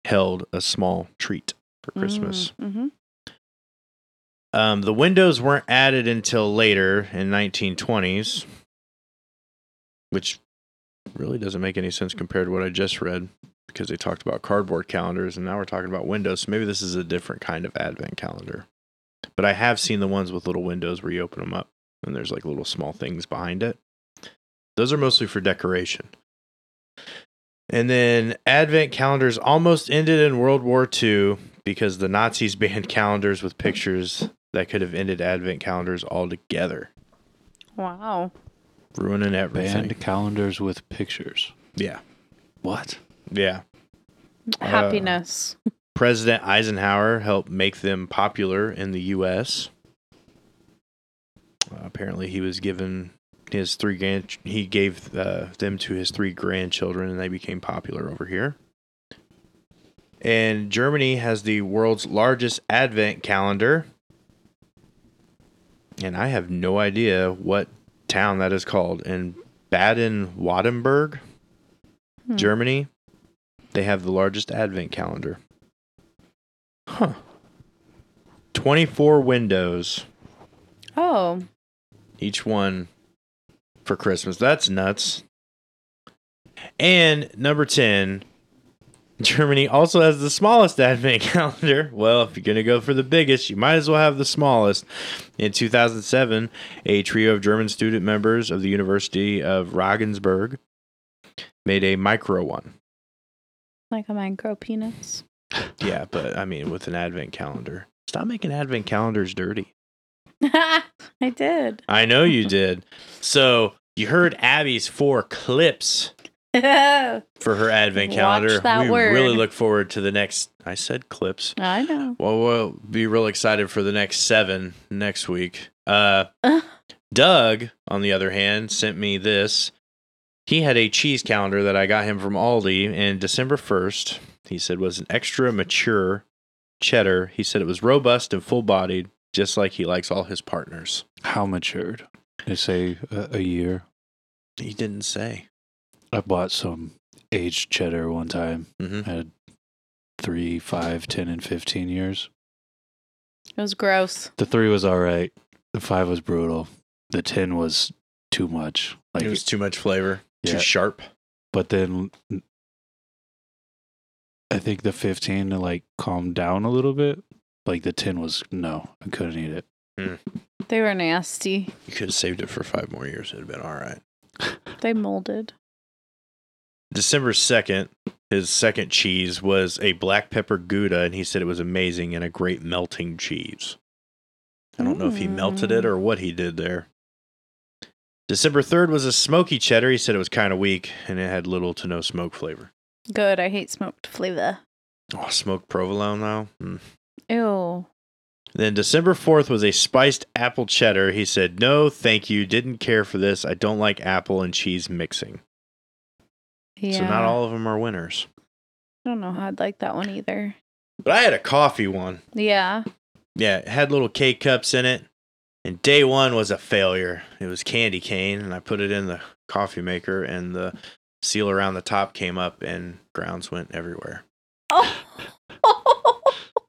Speaker 1: held a small treat for Christmas.
Speaker 2: Mm-hmm.
Speaker 1: Um, the windows weren't added until later in 1920s, which really doesn't make any sense compared to what I just read because they talked about cardboard calendars and now we're talking about windows. So maybe this is a different kind of advent calendar. But I have seen the ones with little windows where you open them up and there's like little small things behind it. Those are mostly for decoration. And then advent calendars almost ended in World War II because the Nazis banned calendars with pictures that could have ended advent calendars altogether,
Speaker 2: Wow.
Speaker 1: ruining everything.
Speaker 3: Banned calendars with pictures.
Speaker 1: Yeah.
Speaker 3: What?
Speaker 1: Yeah.
Speaker 2: Happiness.
Speaker 1: President Eisenhower helped make them popular in the U.S. Uh, apparently, he was given his three grand. He gave uh, them to his three grandchildren, and they became popular over here. And Germany has the world's largest advent calendar, and I have no idea what town that is called in Baden-Württemberg,
Speaker 2: Hmm.
Speaker 1: Germany. They have the largest advent calendar. Huh. 24 windows,
Speaker 2: Oh,
Speaker 1: each one for Christmas. That's nuts. And number 10, Germany also has the smallest advent calendar. Well, if you're going to go for the biggest, you might as well have the smallest. In 2007, a trio of German student members of the University of Regensburg made a micro one.
Speaker 2: like a micro penis.
Speaker 1: Yeah, but I mean, with an advent calendar. Stop making advent calendars dirty.
Speaker 2: I did.
Speaker 1: I know you did. So you heard Abby's four clips
Speaker 2: I
Speaker 1: for her advent
Speaker 2: Watch
Speaker 1: calendar.
Speaker 2: that
Speaker 1: we
Speaker 2: word.
Speaker 1: really look forward to the next. I said clips.
Speaker 2: know.
Speaker 1: Well, we'll be real excited for the next seven next week. Uh, Doug, on the other hand, sent me this. He had a cheese calendar that I got him from Aldi and December 1st. He said was an extra mature cheddar. He said it was robust and full bodied, just like he likes all his partners.
Speaker 3: How matured? They say a, a year.
Speaker 1: He didn't say.
Speaker 3: I bought some aged cheddar one time.
Speaker 1: hmm
Speaker 3: Had three, five, ten, and fifteen years.
Speaker 2: It was gross.
Speaker 3: The three was all right. The five was brutal. The ten was too much. Like,
Speaker 1: it was too much flavor,
Speaker 3: Yeah.
Speaker 1: too sharp.
Speaker 3: but then I think the fifteen like calmed down a little bit. Like the ten was no, I couldn't eat it.
Speaker 2: They were nasty.
Speaker 1: You could have saved it for five more years. It'd have been all right.
Speaker 2: They molded.
Speaker 1: December 2nd, his second cheese was a black pepper Gouda, and he said it was amazing and a great melting cheese. I don't know if he melted
Speaker 3: Mm.
Speaker 1: it or what he did there. December 3rd was a smoky cheddar. He said it was kind of weak and it had little to no smoke flavor.
Speaker 2: Good. I hate smoked flavor.
Speaker 1: Oh, smoked provolone, though? Mm.
Speaker 2: Ew.
Speaker 1: Then December 4th was a spiced apple cheddar. He said, No, thank you. Didn't care for this. I don't like apple and cheese mixing.
Speaker 2: Yeah.
Speaker 1: So, not all of them are winners.
Speaker 2: I don't know how I'd like that one either.
Speaker 1: But I had a coffee one.
Speaker 2: Yeah.
Speaker 1: Yeah, it had little K cups in it. And day one was a failure. It was candy cane, and I put it in the coffee maker, and the seal around the top came up, and grounds went everywhere.
Speaker 2: Oh.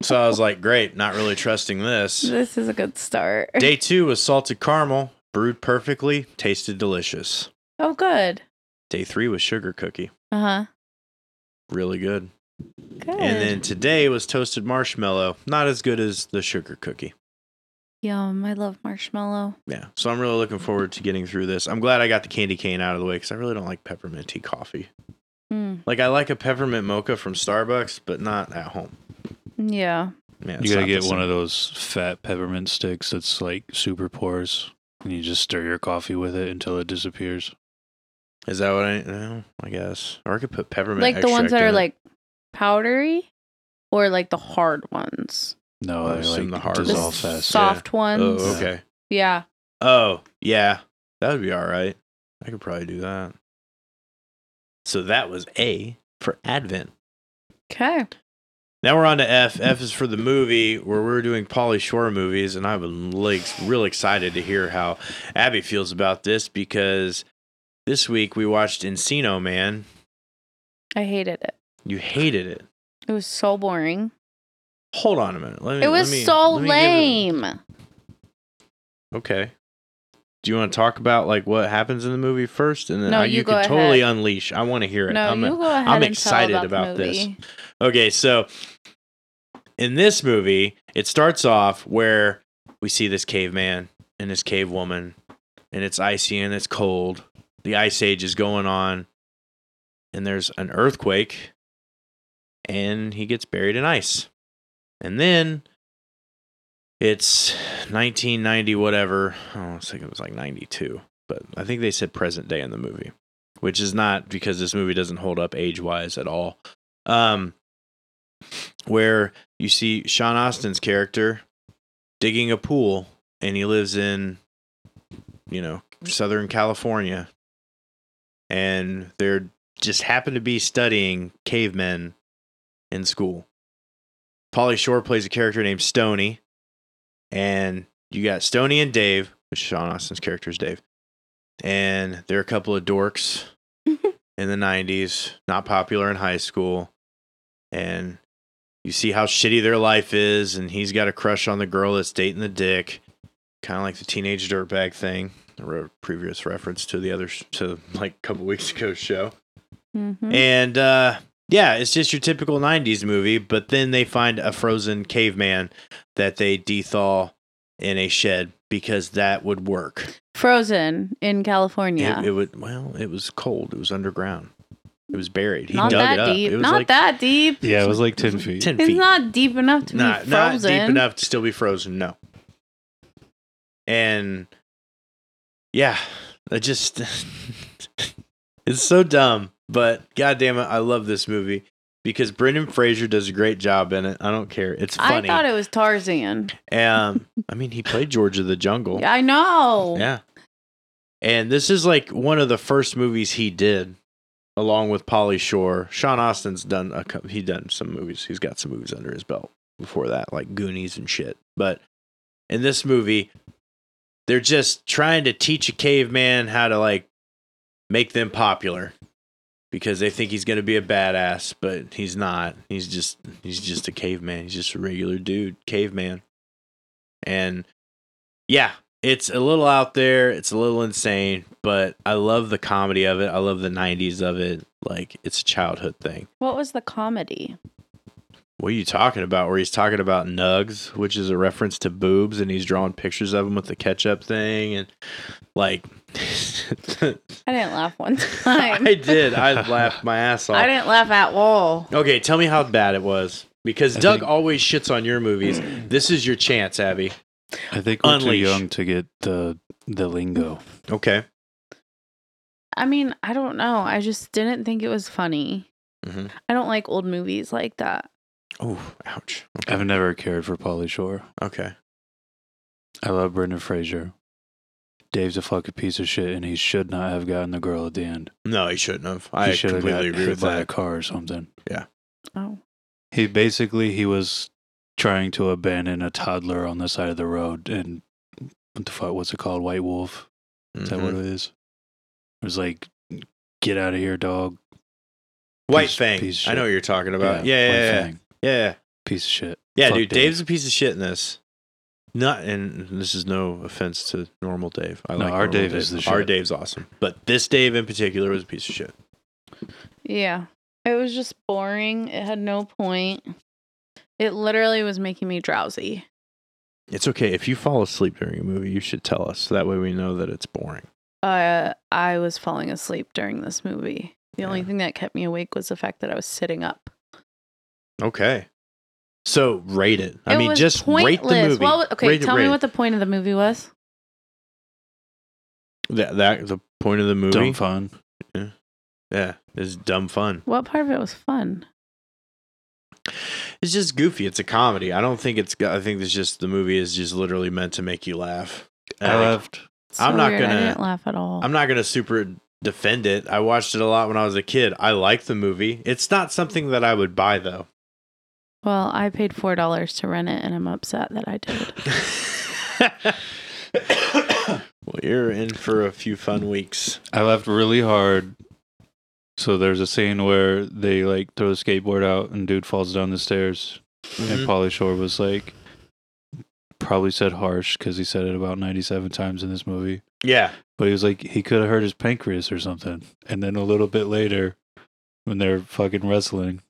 Speaker 1: So I was like, great, not really trusting this.
Speaker 2: this is a good start.
Speaker 1: Day two was salted caramel, brewed perfectly, tasted delicious.
Speaker 2: Oh, good.
Speaker 1: Day three was sugar cookie,
Speaker 2: Uh huh.
Speaker 1: really good.
Speaker 2: Good.
Speaker 1: And then today was toasted marshmallow, not as good as the sugar cookie.
Speaker 2: Yum. I love marshmallow.
Speaker 1: Yeah. So I'm really looking forward to getting through this. I'm glad I got the candy cane out of the way because I really don't like peppermint tea coffee.
Speaker 2: Mm.
Speaker 1: Like I like a peppermint mocha from Starbucks, but not at home.
Speaker 2: Yeah.
Speaker 1: Yeah, it's
Speaker 3: You gotta
Speaker 1: not
Speaker 3: get
Speaker 1: the
Speaker 3: one
Speaker 1: same.
Speaker 3: of those fat peppermint sticks that's like super porous, and you just stir your coffee with it until it disappears.
Speaker 1: Is that what I? No, I guess. Or I could put peppermint.
Speaker 2: like the ones
Speaker 1: extract
Speaker 2: that are
Speaker 1: in it.
Speaker 2: like powdery or like the hard ones.
Speaker 3: No,
Speaker 1: I
Speaker 3: I
Speaker 1: assume
Speaker 3: like
Speaker 1: the hard
Speaker 2: The
Speaker 3: dissolve
Speaker 1: ones.
Speaker 3: fast.
Speaker 2: soft ones.
Speaker 1: Oh, okay.
Speaker 2: Yeah.
Speaker 1: Oh, yeah. That would be all right. I could probably do that. So that was A for Advent.
Speaker 2: Okay.
Speaker 1: Now we're on to F. F is for the movie where we're doing Polly Shore movies, and I've been like real excited to hear how Abby feels about this because this week we watched Encino Man.
Speaker 2: I hated it.
Speaker 1: You hated it.
Speaker 2: It was so boring.
Speaker 1: Hold on a minute. Let me,
Speaker 2: It was
Speaker 1: let me-
Speaker 2: so
Speaker 1: let me give it-
Speaker 2: lame.
Speaker 1: okay. Do you want to talk about like what happens in the movie first, and then
Speaker 2: No,
Speaker 1: how
Speaker 2: you
Speaker 1: you,
Speaker 2: go
Speaker 1: can totally
Speaker 2: ahead.
Speaker 1: unleash? I want to hear it.
Speaker 2: No,
Speaker 1: I'm
Speaker 2: you
Speaker 1: a-
Speaker 2: go ahead.
Speaker 1: I'm
Speaker 2: and
Speaker 1: excited
Speaker 2: tell about,
Speaker 1: about
Speaker 2: the
Speaker 1: this.
Speaker 2: movie.
Speaker 1: Okay, so in this movie, it starts off where we see this caveman and this cave woman and it's icy and it's cold. The ice age is going on, and there's an earthquake, and he gets buried in ice. And then it's 1990, whatever. I don't think it was like 92, but I think they said present day in the movie, which is not because this movie doesn't hold up age wise at all. Um, where you see Sean Austin's character digging a pool, and he lives in you know, Southern California, and there just happened to be studying cavemen in school. Polly Shore plays a character named Stony, and you got Stony and Dave, which Sean Austin's character is Dave, and they're a couple of dorks in the '90s, not popular in high school, and you see how shitty their life is, and he's got a crush on the girl that's dating the dick kind of like the teenage dirtbag thing. I wrote a previous reference to the other sh- to like a couple weeks ago show,
Speaker 2: Mm-hmm.
Speaker 1: and uh, yeah, it's just your typical '90s movie. But then they find a frozen caveman that they thaw in a shed because that would work.
Speaker 2: Frozen in
Speaker 1: It-
Speaker 2: California.
Speaker 1: It, would. Well, it was cold. It was underground. It was buried. He
Speaker 2: not
Speaker 1: dug it
Speaker 2: that
Speaker 1: up.
Speaker 2: deep.
Speaker 1: It was
Speaker 2: Not
Speaker 1: like
Speaker 2: that deep.
Speaker 3: Yeah, it was like 10 feet.
Speaker 1: ten
Speaker 2: It's
Speaker 1: feet.
Speaker 2: not deep enough to
Speaker 1: not
Speaker 2: be
Speaker 1: not
Speaker 2: frozen.
Speaker 1: deep enough to still be frozen. No. And yeah, I just it's so dumb, but goddamn it, I love this movie because Brendan Fraser does a great job in it. I don't care. It's
Speaker 2: I
Speaker 1: funny.
Speaker 2: thought it was Tarzan.
Speaker 1: um, I mean, he played George of the Jungle.
Speaker 2: I know.
Speaker 1: Yeah. And this is like one of the first movies he did, along with Polly Shore. Sean Austin's done a cou- he done some movies. He's got some movies under his belt before that, like Goonies and shit. But in this movie, they're just trying to teach a caveman how to like make them popular because they think he's going to be a badass, but he's not. He's just he's just a caveman. He's just a regular dude, caveman. And yeah, it's a little out there, it's a little insane, but I love the comedy of it. I love the 90s of it. Like it's a childhood thing.
Speaker 2: What was the comedy?
Speaker 1: What are you talking about? Where he's talking about nugs, which is a reference to boobs, and he's drawing pictures of them with the ketchup thing, and like,
Speaker 2: I didn't laugh one time.
Speaker 1: I did. I laughed my ass off.
Speaker 2: I didn't laugh at all.
Speaker 1: Okay, tell me how bad it was. Because
Speaker 3: I
Speaker 1: Doug
Speaker 3: think-
Speaker 1: always shits on your movies. This is your chance, Abby.
Speaker 3: I think we're
Speaker 1: Unleash.
Speaker 3: too young to get the the lingo.
Speaker 1: Okay.
Speaker 2: I mean, I don't know. I just didn't think it was funny.
Speaker 1: Mhm.
Speaker 3: Mm-hmm.
Speaker 2: I don't like old movies like that.
Speaker 1: Oh, ouch.
Speaker 3: I've never cared for Polly Shore.
Speaker 1: Okay.
Speaker 3: I love Brendan Fraser. Dave's a fucking piece of shit, and he should not have gotten the girl at the end.
Speaker 1: No, he shouldn't have.
Speaker 3: He
Speaker 1: I
Speaker 3: should have
Speaker 1: completely
Speaker 3: got
Speaker 1: agree
Speaker 3: hit
Speaker 1: with
Speaker 3: by a
Speaker 1: that.
Speaker 3: car or something.
Speaker 2: Oh,
Speaker 3: He basically he was trying to abandon a toddler on the side of the road, and what the fuck? What's it called? White Wolf. Is that
Speaker 1: Mhm.
Speaker 3: what it is? It was like, get out of here, dog.
Speaker 1: White
Speaker 3: piece-
Speaker 1: Fang.
Speaker 3: piece of
Speaker 1: I know what you're talking about. Yeah, yeah,
Speaker 3: White
Speaker 1: yeah. Yeah,
Speaker 3: Fang.
Speaker 1: yeah.
Speaker 3: Piece of shit.
Speaker 1: Yeah,
Speaker 3: Fuck
Speaker 1: dude,
Speaker 3: Dave.
Speaker 1: Dave's a piece of shit in this. Not, and this is no offense to normal Dave. I
Speaker 3: No,
Speaker 1: like
Speaker 3: our
Speaker 1: normal
Speaker 3: Dave is the
Speaker 1: Our
Speaker 3: shit.
Speaker 1: Dave's awesome, but this Dave in particular was a piece of shit.
Speaker 2: yeah. It was just boring. It had no point. It literally was making me drowsy.
Speaker 1: It's okay if you fall asleep during a movie, you should tell us. That way, we know that it's boring.
Speaker 2: Uh, I was falling asleep during this movie. The only
Speaker 1: Yeah.
Speaker 2: thing that kept me awake was the fact that I was sitting up.
Speaker 1: Okay. So rate it. I
Speaker 2: It
Speaker 1: mean,
Speaker 2: was
Speaker 1: just rate the
Speaker 2: pointless.
Speaker 1: movie.
Speaker 2: What wa- okay,
Speaker 1: Rate it,
Speaker 2: tell
Speaker 1: rate
Speaker 2: me
Speaker 1: it.
Speaker 2: what the point of the movie was.
Speaker 1: that, that the point of the movie.
Speaker 3: Dumb fun.
Speaker 1: Yeah, it's dumb fun.
Speaker 2: What part of it was fun?
Speaker 1: It's just goofy. It's a comedy. I don't think it's. got- I think it's just the movie is just literally meant to make you laugh. And
Speaker 3: I
Speaker 1: I
Speaker 3: left.
Speaker 2: It's
Speaker 1: I'm
Speaker 2: so
Speaker 1: not
Speaker 2: weird.
Speaker 1: gonna-
Speaker 2: I didn't laugh at all.
Speaker 1: I'm not gonna super defend it. I watched it a lot when I was a kid. I like the movie. It's not something that I would buy though.
Speaker 2: Well, I paid four dollars to rent it, and I'm upset that I did.
Speaker 1: well, you're in for a few fun weeks.
Speaker 3: I left really hard. So there's a scene where they like throw the skateboard out and dude falls down the stairs. And
Speaker 1: Mm-hmm.
Speaker 3: Polly Shore was like, probably said harsh because he said it about 97 times in this movie.
Speaker 1: Yeah.
Speaker 3: But he was like, he could have hurt his pancreas or something. And then a little bit later, when they're fucking wrestling,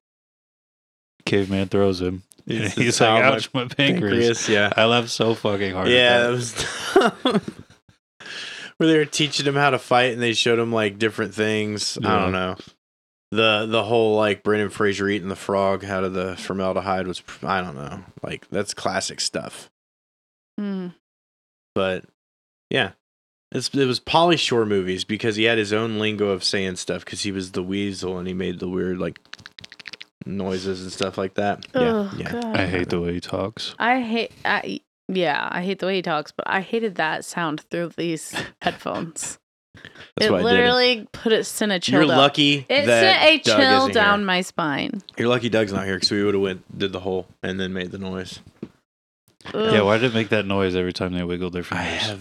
Speaker 3: caveman throws him. And
Speaker 1: This is
Speaker 3: he's
Speaker 1: how
Speaker 3: like,
Speaker 1: my
Speaker 3: ouch, my, pancreas.
Speaker 1: Yeah.
Speaker 3: I laughed so fucking hard. at
Speaker 1: Yeah.
Speaker 3: that.
Speaker 1: That was. where they were teaching him how to fight and they showed him like different things. I don't know. The the whole like Brendan Fraser eating the frog out of the formaldehyde was I don't know. Like that's classic stuff.
Speaker 2: Hmm.
Speaker 1: But yeah. It's, it was Polly Shore movies because he had his own lingo of saying stuff because he was the weasel and he made the weird like noises and stuff like that.
Speaker 2: Oh,
Speaker 1: yeah.
Speaker 2: God.
Speaker 3: I hate the way he talks.
Speaker 2: I hate. I yeah, I hate the way he talks, but I hated that sound through these headphones.
Speaker 1: That's
Speaker 2: it
Speaker 1: why I did it.
Speaker 2: literally put it sent a chill.
Speaker 1: You're
Speaker 2: down.
Speaker 1: lucky.
Speaker 2: It
Speaker 1: that
Speaker 2: sent a
Speaker 1: Doug
Speaker 2: chill
Speaker 1: isn't
Speaker 2: down
Speaker 1: here.
Speaker 2: my spine.
Speaker 1: You're lucky Doug's not here because we would have went did the whole and then made the noise.
Speaker 3: Yeah,
Speaker 2: Ugh.
Speaker 3: why did it make that noise every time they wiggled their fingers?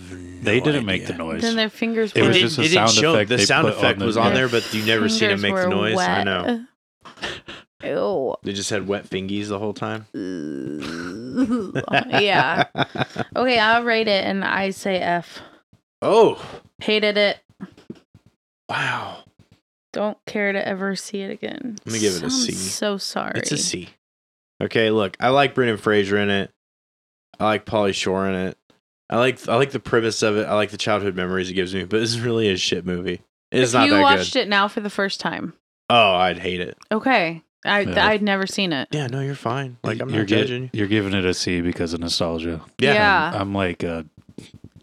Speaker 3: they didn't make the noise.
Speaker 2: Then their fingers
Speaker 3: It
Speaker 2: were.
Speaker 1: It,
Speaker 3: was
Speaker 1: didn't-
Speaker 3: just a
Speaker 1: it didn't
Speaker 3: sound
Speaker 1: show.
Speaker 3: effect
Speaker 1: the
Speaker 3: they
Speaker 1: sound
Speaker 3: put on
Speaker 1: effect
Speaker 3: the-
Speaker 1: was on
Speaker 3: Yeah.
Speaker 1: there, but you never seen him make
Speaker 2: fingers
Speaker 1: the
Speaker 2: were
Speaker 1: noise. I
Speaker 2: wet.
Speaker 1: know.
Speaker 2: Ew.
Speaker 1: They just had wet fingies the whole time.
Speaker 2: Oh, yeah. Okay, I'll rate it and I say F.
Speaker 1: oh
Speaker 2: Hated it.
Speaker 1: wow!
Speaker 2: Don't care to ever see it again.
Speaker 1: Let me give it a
Speaker 2: Sounds
Speaker 1: C.
Speaker 2: So sorry.
Speaker 1: It's a C. Okay, look, I like Brendan Fraser in it. I like Polly Shore in it. I like I like the premise of it. I like the childhood memories it gives me, but it's really a shit movie. It's
Speaker 2: if
Speaker 1: not
Speaker 2: you
Speaker 1: that
Speaker 2: watched
Speaker 1: good.
Speaker 2: it now for the first time.
Speaker 1: Oh, I'd hate it.
Speaker 2: Okay. I
Speaker 3: Yeah.
Speaker 2: th- I'd never seen it.
Speaker 1: Yeah, no, you're fine. Like I'm
Speaker 3: you're
Speaker 1: not
Speaker 3: gi-
Speaker 1: judging you.
Speaker 3: You're giving it a C because of nostalgia.
Speaker 1: Yeah.
Speaker 2: Yeah.
Speaker 3: I'm like a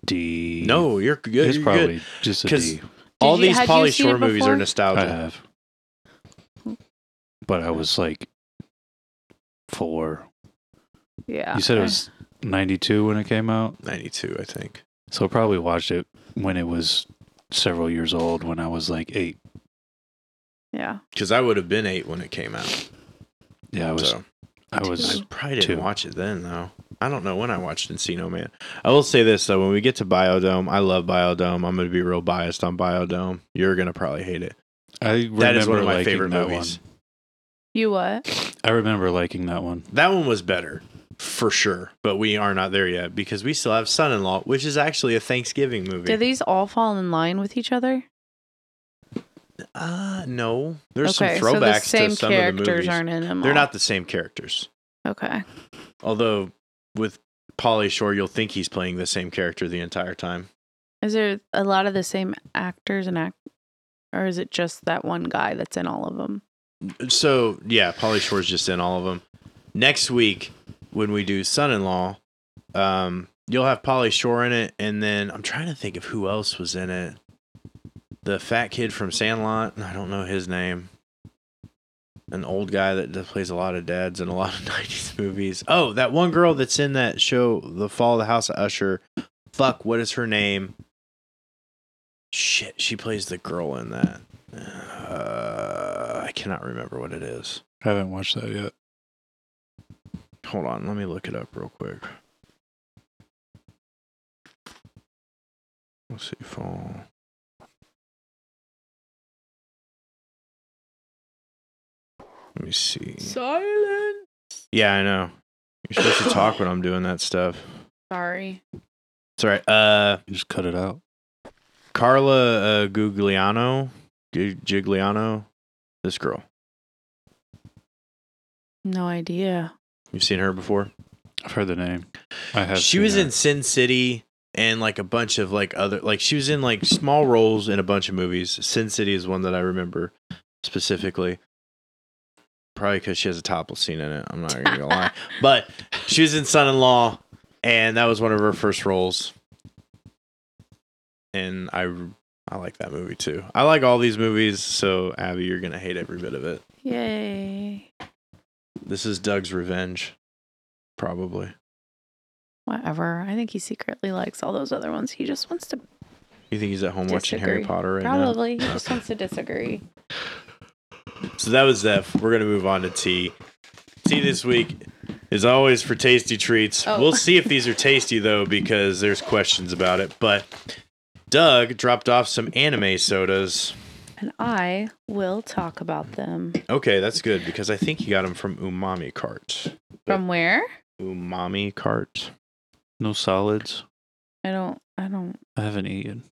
Speaker 3: D.
Speaker 1: No, you're good.
Speaker 3: it's
Speaker 1: you're good.
Speaker 3: probably just a
Speaker 1: 'Cause
Speaker 3: D.
Speaker 1: All
Speaker 2: you-
Speaker 1: these
Speaker 2: had you
Speaker 1: Polly
Speaker 2: seen it
Speaker 1: Shore movies
Speaker 2: before?
Speaker 1: are
Speaker 3: I
Speaker 1: nostalgia.
Speaker 3: have, but I was like four.
Speaker 2: Yeah.
Speaker 3: You said it was 92 when it came out,
Speaker 1: 92, I think.
Speaker 3: so I probably watched it when it was several years old. When I was like eight.
Speaker 2: Yeah.
Speaker 1: Because I would have been eight when it came out.
Speaker 3: Yeah, I was.
Speaker 1: so
Speaker 3: I was.
Speaker 1: I probably didn't
Speaker 3: two.
Speaker 1: watch it then, though. I don't know when I watched Encino Man. I will say this, though. When we get to Biodome, I love Biodome. I'm going to be real biased on Biodome. You're going to probably hate it.
Speaker 3: I remember
Speaker 1: That is one of my
Speaker 3: liking
Speaker 1: favorite
Speaker 3: that
Speaker 1: movies.
Speaker 3: one.
Speaker 2: You what?
Speaker 3: I remember liking that one.
Speaker 1: That one was better, for sure. But we are not there yet because we still have Son in Law, which is actually a Thanksgiving movie.
Speaker 2: Did these all fall in line with each other?
Speaker 1: Uh, no. There's
Speaker 2: okay.
Speaker 1: some
Speaker 2: so the
Speaker 1: throwbacks
Speaker 2: same
Speaker 1: to some of the
Speaker 2: characters
Speaker 1: movies.
Speaker 2: aren't in them.
Speaker 1: They're
Speaker 2: all.
Speaker 1: not the same characters.
Speaker 2: Okay.
Speaker 1: Although with Polly Shore, you'll think he's playing the same character the entire time.
Speaker 2: Is there a lot of the same actors and act, or is it just that one guy that's in all of them?
Speaker 1: So yeah, Polly Shore's just in all of them. Next week, when we do Son-in-Law, um, you'll have Polly Shore in it, and then I'm trying to think of who else was in it. The fat kid from Sandlot, I don't know his name. An old guy that that plays a lot of dads in a lot of '90s movies. Oh, that one girl that's in that show, The Fall of the House of Usher. Fuck, what is her name? Shit, she plays the girl in that. Uh, I cannot remember what it is.
Speaker 3: I haven't watched that yet.
Speaker 1: Hold on, let me look it up real quick. Let's see, fall. Let me see.
Speaker 2: Silent.
Speaker 1: Yeah, I know. You're supposed to talk when I'm doing that stuff.
Speaker 2: Sorry.
Speaker 1: It's all right. Uh,
Speaker 3: You just cut it out.
Speaker 1: Carla uh, Gugliano, G- Gigliano, this girl.
Speaker 2: No idea.
Speaker 1: You've seen her before.
Speaker 3: I've heard the name. I have.
Speaker 1: she
Speaker 3: seen
Speaker 1: was
Speaker 3: her.
Speaker 1: in Sin City and like a bunch of like other like she was in like small roles in a bunch of movies. Sin City is one that I remember specifically. Probably because she has a topless scene in it. I'm not even gonna lie, but she was in Son in Law, and that was one of her first roles. And I, I like that movie too. I like all these movies. So Abby, you're gonna hate every bit of it.
Speaker 2: Yay.
Speaker 1: This is Doug's revenge, probably.
Speaker 2: Whatever. I think he secretly likes all those other ones. He just wants to
Speaker 1: You think he's at home watching Harry
Speaker 2: Disagree.
Speaker 1: Potter right now?
Speaker 2: probably. He just
Speaker 1: Okay.
Speaker 2: wants to disagree.
Speaker 1: So that was F. We're gonna move on to T. T this week is always for tasty treats.
Speaker 2: Oh.
Speaker 1: We'll see if these are tasty though, because there's questions about it. But Doug dropped off some anime sodas.
Speaker 2: And I will talk about them.
Speaker 1: Okay, that's good because I think he got them from Umami Cart.
Speaker 2: From where?
Speaker 1: Umami Cart.
Speaker 3: no solids.
Speaker 2: I don't. I don't.
Speaker 3: I haven't eaten.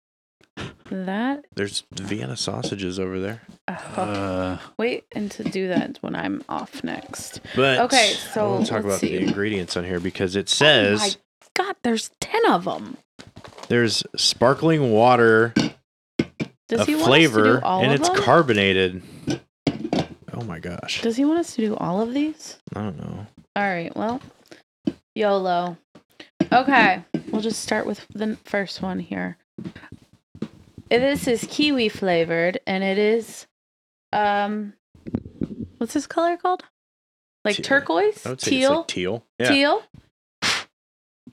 Speaker 2: That.
Speaker 1: There's Vienna sausages over there.
Speaker 2: Oh,
Speaker 3: Uh,
Speaker 2: wait, and to do that when I'm off next.
Speaker 1: But
Speaker 2: Okay,
Speaker 1: I
Speaker 2: so
Speaker 1: want to talk
Speaker 2: let's
Speaker 1: about
Speaker 2: see. Oh
Speaker 1: the ingredients on here because it
Speaker 2: My
Speaker 1: says
Speaker 2: God, there's ten of them.
Speaker 1: There's sparkling water,
Speaker 2: Does
Speaker 1: a
Speaker 2: he want us to
Speaker 1: flavor,
Speaker 2: do all
Speaker 1: and
Speaker 2: of
Speaker 1: it's
Speaker 2: them?
Speaker 1: carbonated. Oh my gosh.
Speaker 2: Does he want us to do all of these?
Speaker 1: I don't know.
Speaker 2: All right. Well, YOLO. Okay. We'll just start with the n- first one here. This is kiwi flavored, and it is, um, what's this color called? Like
Speaker 1: Teal.
Speaker 2: turquoise,
Speaker 1: I would say it's
Speaker 2: teal,
Speaker 1: like teal. Yeah.
Speaker 2: teal.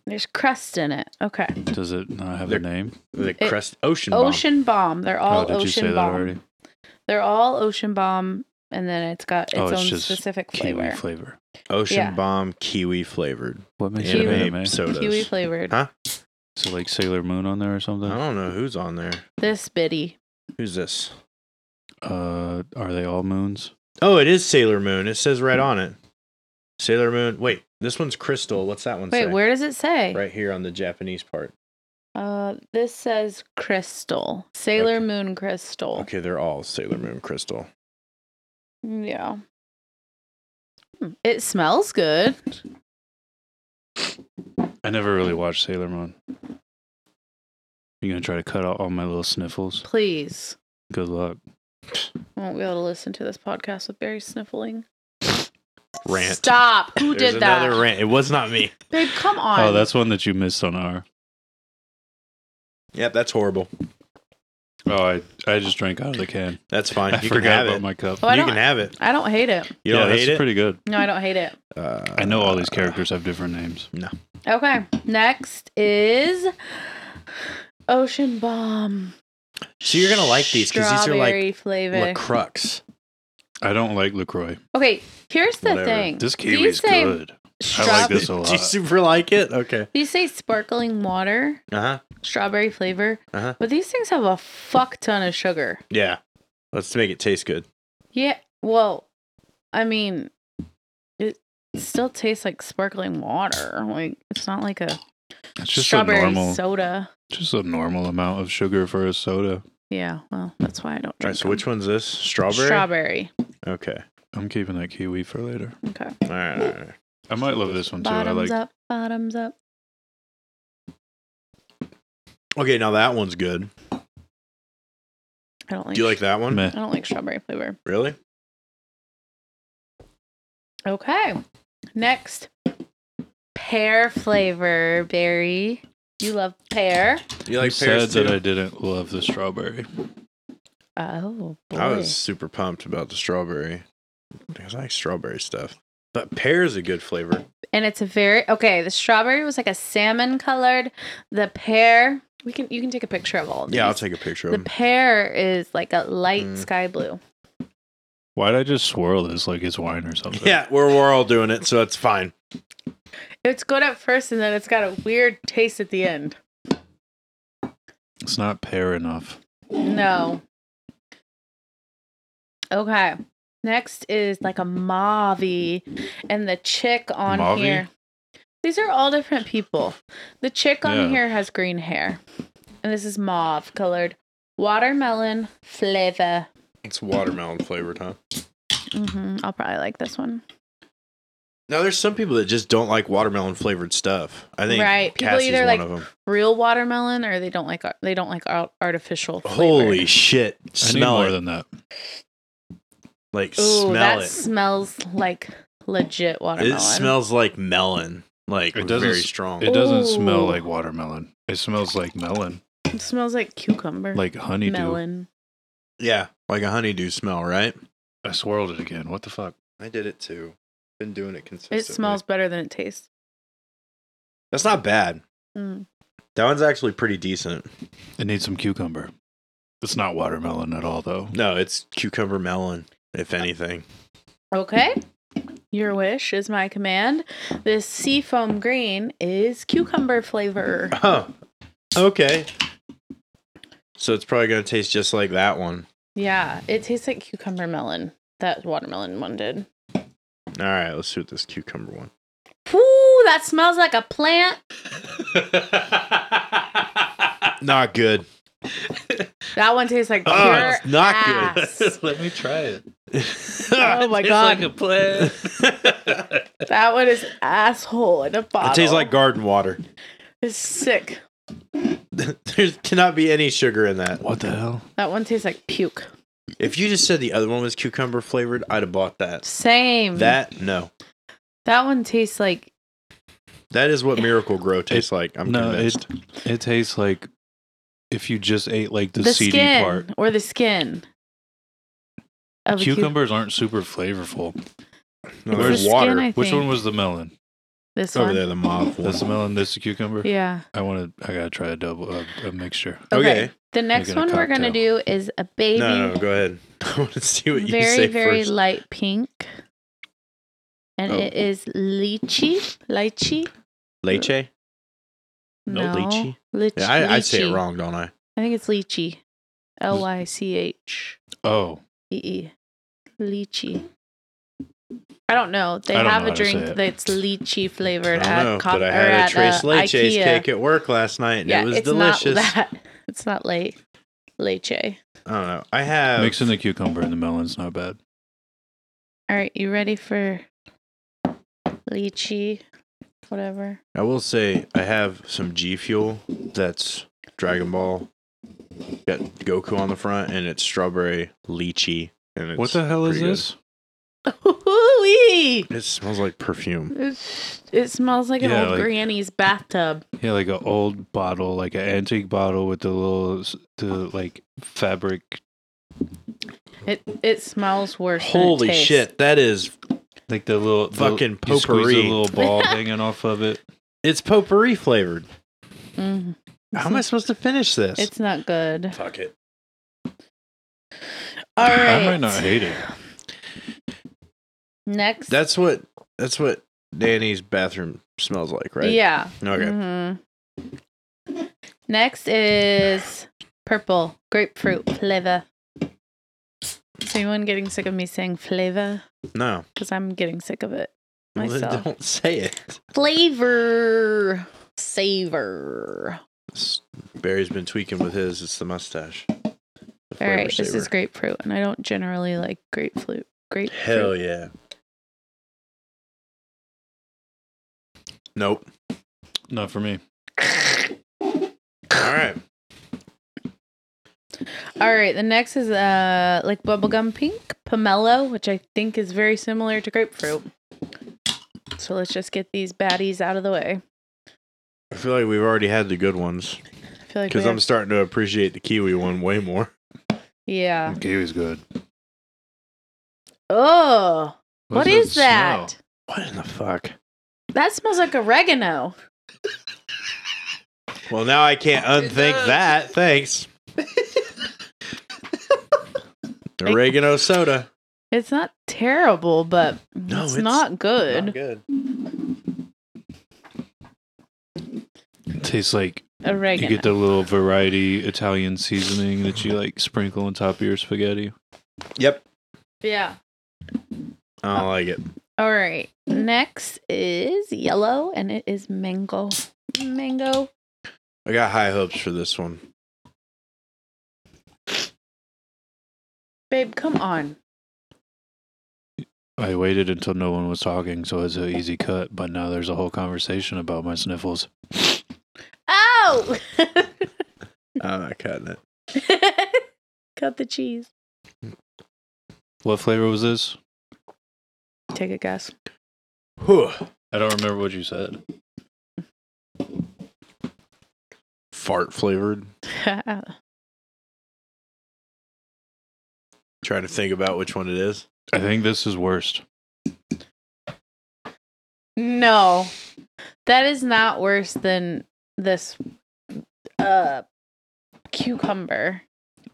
Speaker 2: There's crust in it. Okay.
Speaker 3: Does it not have
Speaker 1: They're-
Speaker 3: a name?
Speaker 1: The crest ocean. bomb.
Speaker 2: Ocean bomb. They're all
Speaker 3: oh, did
Speaker 2: ocean
Speaker 3: you say
Speaker 2: bomb.
Speaker 3: that already?
Speaker 2: They're all ocean bomb, and then it's got its
Speaker 3: Oh, it's
Speaker 2: own
Speaker 3: just
Speaker 2: specific
Speaker 3: Kiwi
Speaker 2: flavor.
Speaker 3: flavor.
Speaker 1: Ocean
Speaker 2: yeah.
Speaker 1: bomb kiwi flavored.
Speaker 3: What makes
Speaker 2: Kiwi.
Speaker 3: it anime?
Speaker 1: Anime sodas.
Speaker 2: Kiwi flavored.
Speaker 1: Huh?
Speaker 3: So like Sailor Moon on there or something?
Speaker 1: I don't know who's on there.
Speaker 2: This bitty.
Speaker 1: Who's this?
Speaker 3: Uh, are they all moons?
Speaker 1: Oh, it is Sailor Moon. It says right on it. Sailor Moon. Wait, this one's crystal. What's that one
Speaker 2: Wait,
Speaker 1: say?
Speaker 2: where does it say?
Speaker 1: Right here on the Japanese part.
Speaker 2: Uh, this says crystal. Sailor
Speaker 1: Okay.
Speaker 2: Moon crystal.
Speaker 1: Okay, they're all Sailor Moon crystal.
Speaker 2: Mm, Yeah. Hmm. It smells good.
Speaker 3: I never really watched Sailor Moon. You gonna try to cut out all my little sniffles?
Speaker 2: Please.
Speaker 3: Good luck.
Speaker 2: I won't be able to listen to this podcast with Barry sniffling.
Speaker 1: Rant.
Speaker 2: Stop. Who
Speaker 1: There's
Speaker 2: did that?
Speaker 1: another rant. It was not me.
Speaker 2: Babe, come on.
Speaker 3: Oh, that's one that you missed on our.
Speaker 1: Yep, that's horrible.
Speaker 3: Oh, I I just drank out of the can.
Speaker 1: That's fine.
Speaker 3: I
Speaker 1: you can
Speaker 3: forgot
Speaker 1: have
Speaker 3: about
Speaker 1: it.
Speaker 3: my cup.
Speaker 2: Oh, I
Speaker 1: you
Speaker 2: don't-
Speaker 1: can have it.
Speaker 2: I don't hate it.
Speaker 1: You
Speaker 3: yeah,
Speaker 1: don't
Speaker 3: that's
Speaker 1: hate it.
Speaker 3: pretty good.
Speaker 2: No, I don't hate it.
Speaker 1: Uh,
Speaker 3: I know all these characters have different names.
Speaker 2: Okay. Next is Ocean Bomb.
Speaker 1: So you're gonna like these 'cause these are like
Speaker 2: Strawberry flavor.
Speaker 1: LaCrux.
Speaker 3: I don't like Lacroix.
Speaker 2: okay, here's the
Speaker 1: Whatever.
Speaker 2: thing.
Speaker 3: This
Speaker 2: Do you
Speaker 3: kiwi's
Speaker 2: say
Speaker 3: good.
Speaker 2: Stra-
Speaker 3: I like this a
Speaker 1: Do you
Speaker 3: lot.
Speaker 1: super like it? Okay.
Speaker 2: You say sparkling water,
Speaker 1: Uh
Speaker 3: Uh-huh.
Speaker 1: huh.
Speaker 2: strawberry flavor,
Speaker 1: Uh-huh.
Speaker 2: but these things have a fuck ton of sugar.
Speaker 1: Yeah. Let's make it taste good.
Speaker 2: Yeah. Well, I mean, it still tastes like sparkling water. Like it's not like a
Speaker 3: It's just a
Speaker 2: strawberry
Speaker 3: normal,
Speaker 2: soda.
Speaker 3: just a normal amount of sugar for a soda.
Speaker 2: Yeah. Well, that's why I don't. Drink
Speaker 1: All right. So
Speaker 2: them.
Speaker 1: which one's this? Strawberry.
Speaker 2: Strawberry.
Speaker 1: Okay.
Speaker 3: I'm keeping that kiwi for later.
Speaker 2: Okay.
Speaker 1: All right. All right.
Speaker 3: I might love this one too. I
Speaker 2: Bottoms
Speaker 3: like.
Speaker 2: up. Bottoms up.
Speaker 1: Okay. Now that one's good.
Speaker 2: I don't like.
Speaker 1: Do you like that one?
Speaker 3: Meh.
Speaker 2: I don't like strawberry flavor.
Speaker 1: Really?
Speaker 2: Okay. Next, pear flavor berry. You love pear.
Speaker 1: You
Speaker 3: I'm
Speaker 1: like
Speaker 3: sad
Speaker 1: pears too?
Speaker 3: that I didn't love the strawberry.
Speaker 2: Oh boy.
Speaker 1: I was super pumped about the strawberry because I like strawberry stuff. But pear's a good flavor.
Speaker 2: and it's a very okay. The strawberry was like a salmon colored. The pear, we can you can take a picture of all. Of
Speaker 1: Yeah, I'll
Speaker 2: these.
Speaker 1: take a picture of
Speaker 2: The
Speaker 1: them.
Speaker 2: pear is like a light
Speaker 1: Mm.
Speaker 2: sky blue.
Speaker 3: Why'd I just swirl this like it's wine or something?
Speaker 1: Yeah, we're, we're all doing it, so it's fine.
Speaker 2: It's good at first, and then it's got a weird taste at the end.
Speaker 3: It's not pear enough.
Speaker 2: No. Okay. Next is like a mauve and the chick on
Speaker 3: Mauve-y?
Speaker 2: here. These are all different people. The chick on
Speaker 3: Yeah.
Speaker 2: here has green hair. And this is mauve colored watermelon flavor.
Speaker 1: It's watermelon flavored, huh?
Speaker 2: hmm I'll probably like this one.
Speaker 1: Now, there's some people that just don't like watermelon flavored stuff. I think
Speaker 2: Right, people
Speaker 1: Cassie's
Speaker 2: either
Speaker 1: one
Speaker 2: like
Speaker 1: of them.
Speaker 2: Real watermelon or they don't like ar- they don't like ar- artificial flavor.
Speaker 1: Holy shit.
Speaker 3: I need
Speaker 1: Smell
Speaker 3: more
Speaker 1: it.
Speaker 3: than that.
Speaker 1: like,
Speaker 2: Ooh,
Speaker 1: smell
Speaker 2: that
Speaker 1: it.
Speaker 2: smells like legit watermelon.
Speaker 1: It smells like melon. Like,
Speaker 3: It doesn't
Speaker 1: very
Speaker 3: s-
Speaker 1: strong.
Speaker 3: It doesn't smell
Speaker 2: Ooh.
Speaker 3: like watermelon. It smells like melon,
Speaker 2: It smells like cucumber.
Speaker 3: like honeydew.
Speaker 2: melon.
Speaker 1: yeah, like a honeydew smell, right?
Speaker 3: I swirled it again. What the fuck?
Speaker 1: I did it too. Been doing it consistently.
Speaker 2: It smells better than it tastes.
Speaker 1: That's not bad.
Speaker 2: Mm.
Speaker 1: That one's actually pretty decent.
Speaker 3: It needs some cucumber. It's not watermelon at all, though.
Speaker 1: No, it's cucumber melon, if anything.
Speaker 2: Okay. Your wish is my command. This seafoam green is cucumber flavor.
Speaker 1: Oh, okay. So it's probably going to taste just like that one.
Speaker 2: Yeah, it tastes like cucumber melon. That watermelon one did.
Speaker 1: All right, let's do this cucumber one.
Speaker 2: Whoo, that smells like a plant.
Speaker 1: Not good.
Speaker 2: That one tastes like pure
Speaker 1: Oh, it's not good.
Speaker 2: ass.
Speaker 3: Let me try it.
Speaker 2: Oh my god,
Speaker 3: a plant.
Speaker 2: that one is asshole in a bottle.
Speaker 1: It tastes like garden water.
Speaker 2: it's sick.
Speaker 1: there cannot be any sugar in that.
Speaker 3: What the hell?
Speaker 2: That one tastes like puke.
Speaker 1: If you just said the other one was cucumber flavored, I'd have bought that.
Speaker 2: Same.
Speaker 1: That no.
Speaker 2: that one tastes like
Speaker 1: That is what Miracle Grow tastes like. I'm
Speaker 3: no,
Speaker 1: convinced.
Speaker 3: it it tastes like if you just ate like the,
Speaker 2: the,
Speaker 3: seedy
Speaker 2: skin
Speaker 3: part.
Speaker 2: or the skin. Of a cuc-
Speaker 3: Cucumbers aren't super flavorful.
Speaker 1: No,
Speaker 2: It's
Speaker 1: there's
Speaker 2: the
Speaker 1: water
Speaker 2: skin, I
Speaker 3: Which one
Speaker 2: think.
Speaker 3: was the melon?
Speaker 2: this
Speaker 1: over
Speaker 2: one.
Speaker 1: Oh, there. The mauve one.
Speaker 3: That's the melon. This the cucumber.
Speaker 2: Yeah.
Speaker 3: I want to. I gotta try a double a, a mixture.
Speaker 1: Okay.
Speaker 2: The next
Speaker 3: Making a
Speaker 2: one we're gonna do is a baby,
Speaker 1: No, no, no, go ahead. I want to see what you
Speaker 2: very
Speaker 1: say
Speaker 2: very
Speaker 1: first.
Speaker 2: light pink, and
Speaker 3: Oh.
Speaker 2: it is lychee. Lychee?
Speaker 1: Leche? No,
Speaker 2: No,
Speaker 1: lychee?
Speaker 2: Lychee.
Speaker 1: Yeah, I, I say it
Speaker 2: lychee.
Speaker 1: wrong, don't I?
Speaker 2: I think it's lychee. L y c h
Speaker 3: Oh,
Speaker 2: e e. Lychee. I don't know. They
Speaker 3: I don't
Speaker 2: have
Speaker 3: know
Speaker 2: a
Speaker 3: how to say
Speaker 2: drink
Speaker 3: it.
Speaker 2: that's lychee
Speaker 1: I
Speaker 2: flavored
Speaker 1: don't
Speaker 2: at
Speaker 1: know,
Speaker 2: co-
Speaker 1: but I
Speaker 2: or
Speaker 1: had
Speaker 2: at,
Speaker 1: a Trace
Speaker 2: uh,
Speaker 1: Leche's
Speaker 2: IKEA.
Speaker 1: cake at work last night, and
Speaker 2: yeah,
Speaker 1: it was
Speaker 2: it's
Speaker 1: delicious.
Speaker 2: not that. It's not lay leche.
Speaker 1: I don't know. I have
Speaker 3: mixing the cucumber and the melon's not bad.
Speaker 2: All right, you ready for lychee? Whatever.
Speaker 1: I will say I have some G Fuel that's Dragon Ball. Got Goku on the front and it's strawberry lychee. And it's
Speaker 3: what the hell is
Speaker 1: pretty good.
Speaker 3: this?
Speaker 2: Ooh-wee!
Speaker 1: It smells like perfume.
Speaker 2: It's- It smells like an
Speaker 3: Yeah,
Speaker 2: old
Speaker 3: like-
Speaker 2: granny's bathtub.
Speaker 3: Yeah, like an old bottle, like an antique bottle with the little s- the like fabric.
Speaker 2: It it smells worse. than it
Speaker 1: Holy
Speaker 2: tastes.
Speaker 1: shit, that is
Speaker 3: Like the little
Speaker 1: Fucking
Speaker 3: the, you squeeze
Speaker 1: potpourri.
Speaker 3: the little ball hanging off of it.
Speaker 1: it's potpourri flavored.
Speaker 2: Mm.
Speaker 1: How am I supposed to finish this?
Speaker 2: It's not good.
Speaker 1: Fuck it.
Speaker 2: All right.
Speaker 3: I might not hate it.
Speaker 2: Next.
Speaker 1: That's what that's what Danny's bathroom smells like, right?
Speaker 2: Yeah.
Speaker 1: Okay.
Speaker 2: Mhm. Next is purple grapefruit flavor. Is anyone getting sick of me saying flavor?
Speaker 1: No.
Speaker 2: Because I'm getting sick of it
Speaker 1: Well, then
Speaker 2: myself.
Speaker 1: don't say it.
Speaker 2: Flavor savor.
Speaker 1: This- Barry's been tweaking with his. It's the mustache. The
Speaker 2: All
Speaker 1: flavor
Speaker 2: right, this
Speaker 1: saver.
Speaker 2: is grapefruit, and I don't generally like grapefruit. Grapefruit.
Speaker 1: Hell yeah. Nope.
Speaker 3: Not for me.
Speaker 1: All right.
Speaker 2: All right, the next is uh like bubblegum pink, pomelo, which I think is very similar to grapefruit. So let's just get these baddies out of the way.
Speaker 1: I feel like we've already had the good ones
Speaker 2: I feel like
Speaker 1: because
Speaker 2: we
Speaker 1: I'm
Speaker 2: have-
Speaker 1: starting to appreciate the kiwi one way more.
Speaker 2: yeah.
Speaker 3: Kiwi's good.
Speaker 2: Oh,
Speaker 3: What
Speaker 2: what
Speaker 3: does it
Speaker 2: is that?
Speaker 3: smell?
Speaker 1: What in the fuck?
Speaker 2: That smells like oregano.
Speaker 1: Well, now I can't unthink that. Thanks. Oregano soda.
Speaker 2: It's not terrible, but
Speaker 1: No,
Speaker 2: it's,
Speaker 1: it's
Speaker 2: not good.
Speaker 1: Not good.
Speaker 3: tastes like
Speaker 2: Oregano.
Speaker 3: you get the little variety Italian seasoning that you like sprinkle on top of your spaghetti.
Speaker 1: Yep.
Speaker 2: yeah.
Speaker 1: I don't like it.
Speaker 2: All right. Next is yellow, and it is mango. Mango.
Speaker 1: I got high hopes for this one.
Speaker 2: Babe, come on.
Speaker 3: I waited until no one was talking, so it's an easy cut. But now there's a whole conversation about my sniffles.
Speaker 2: Oh!
Speaker 1: I'm not cutting it.
Speaker 2: Cut the cheese.
Speaker 3: What flavor was this?
Speaker 2: Take a guess.
Speaker 1: Whew.
Speaker 3: I don't remember what you said.
Speaker 1: Fart flavored. Trying to think about which one it is.
Speaker 3: I think this is worst.
Speaker 2: no. That is not worse than this uh cucumber.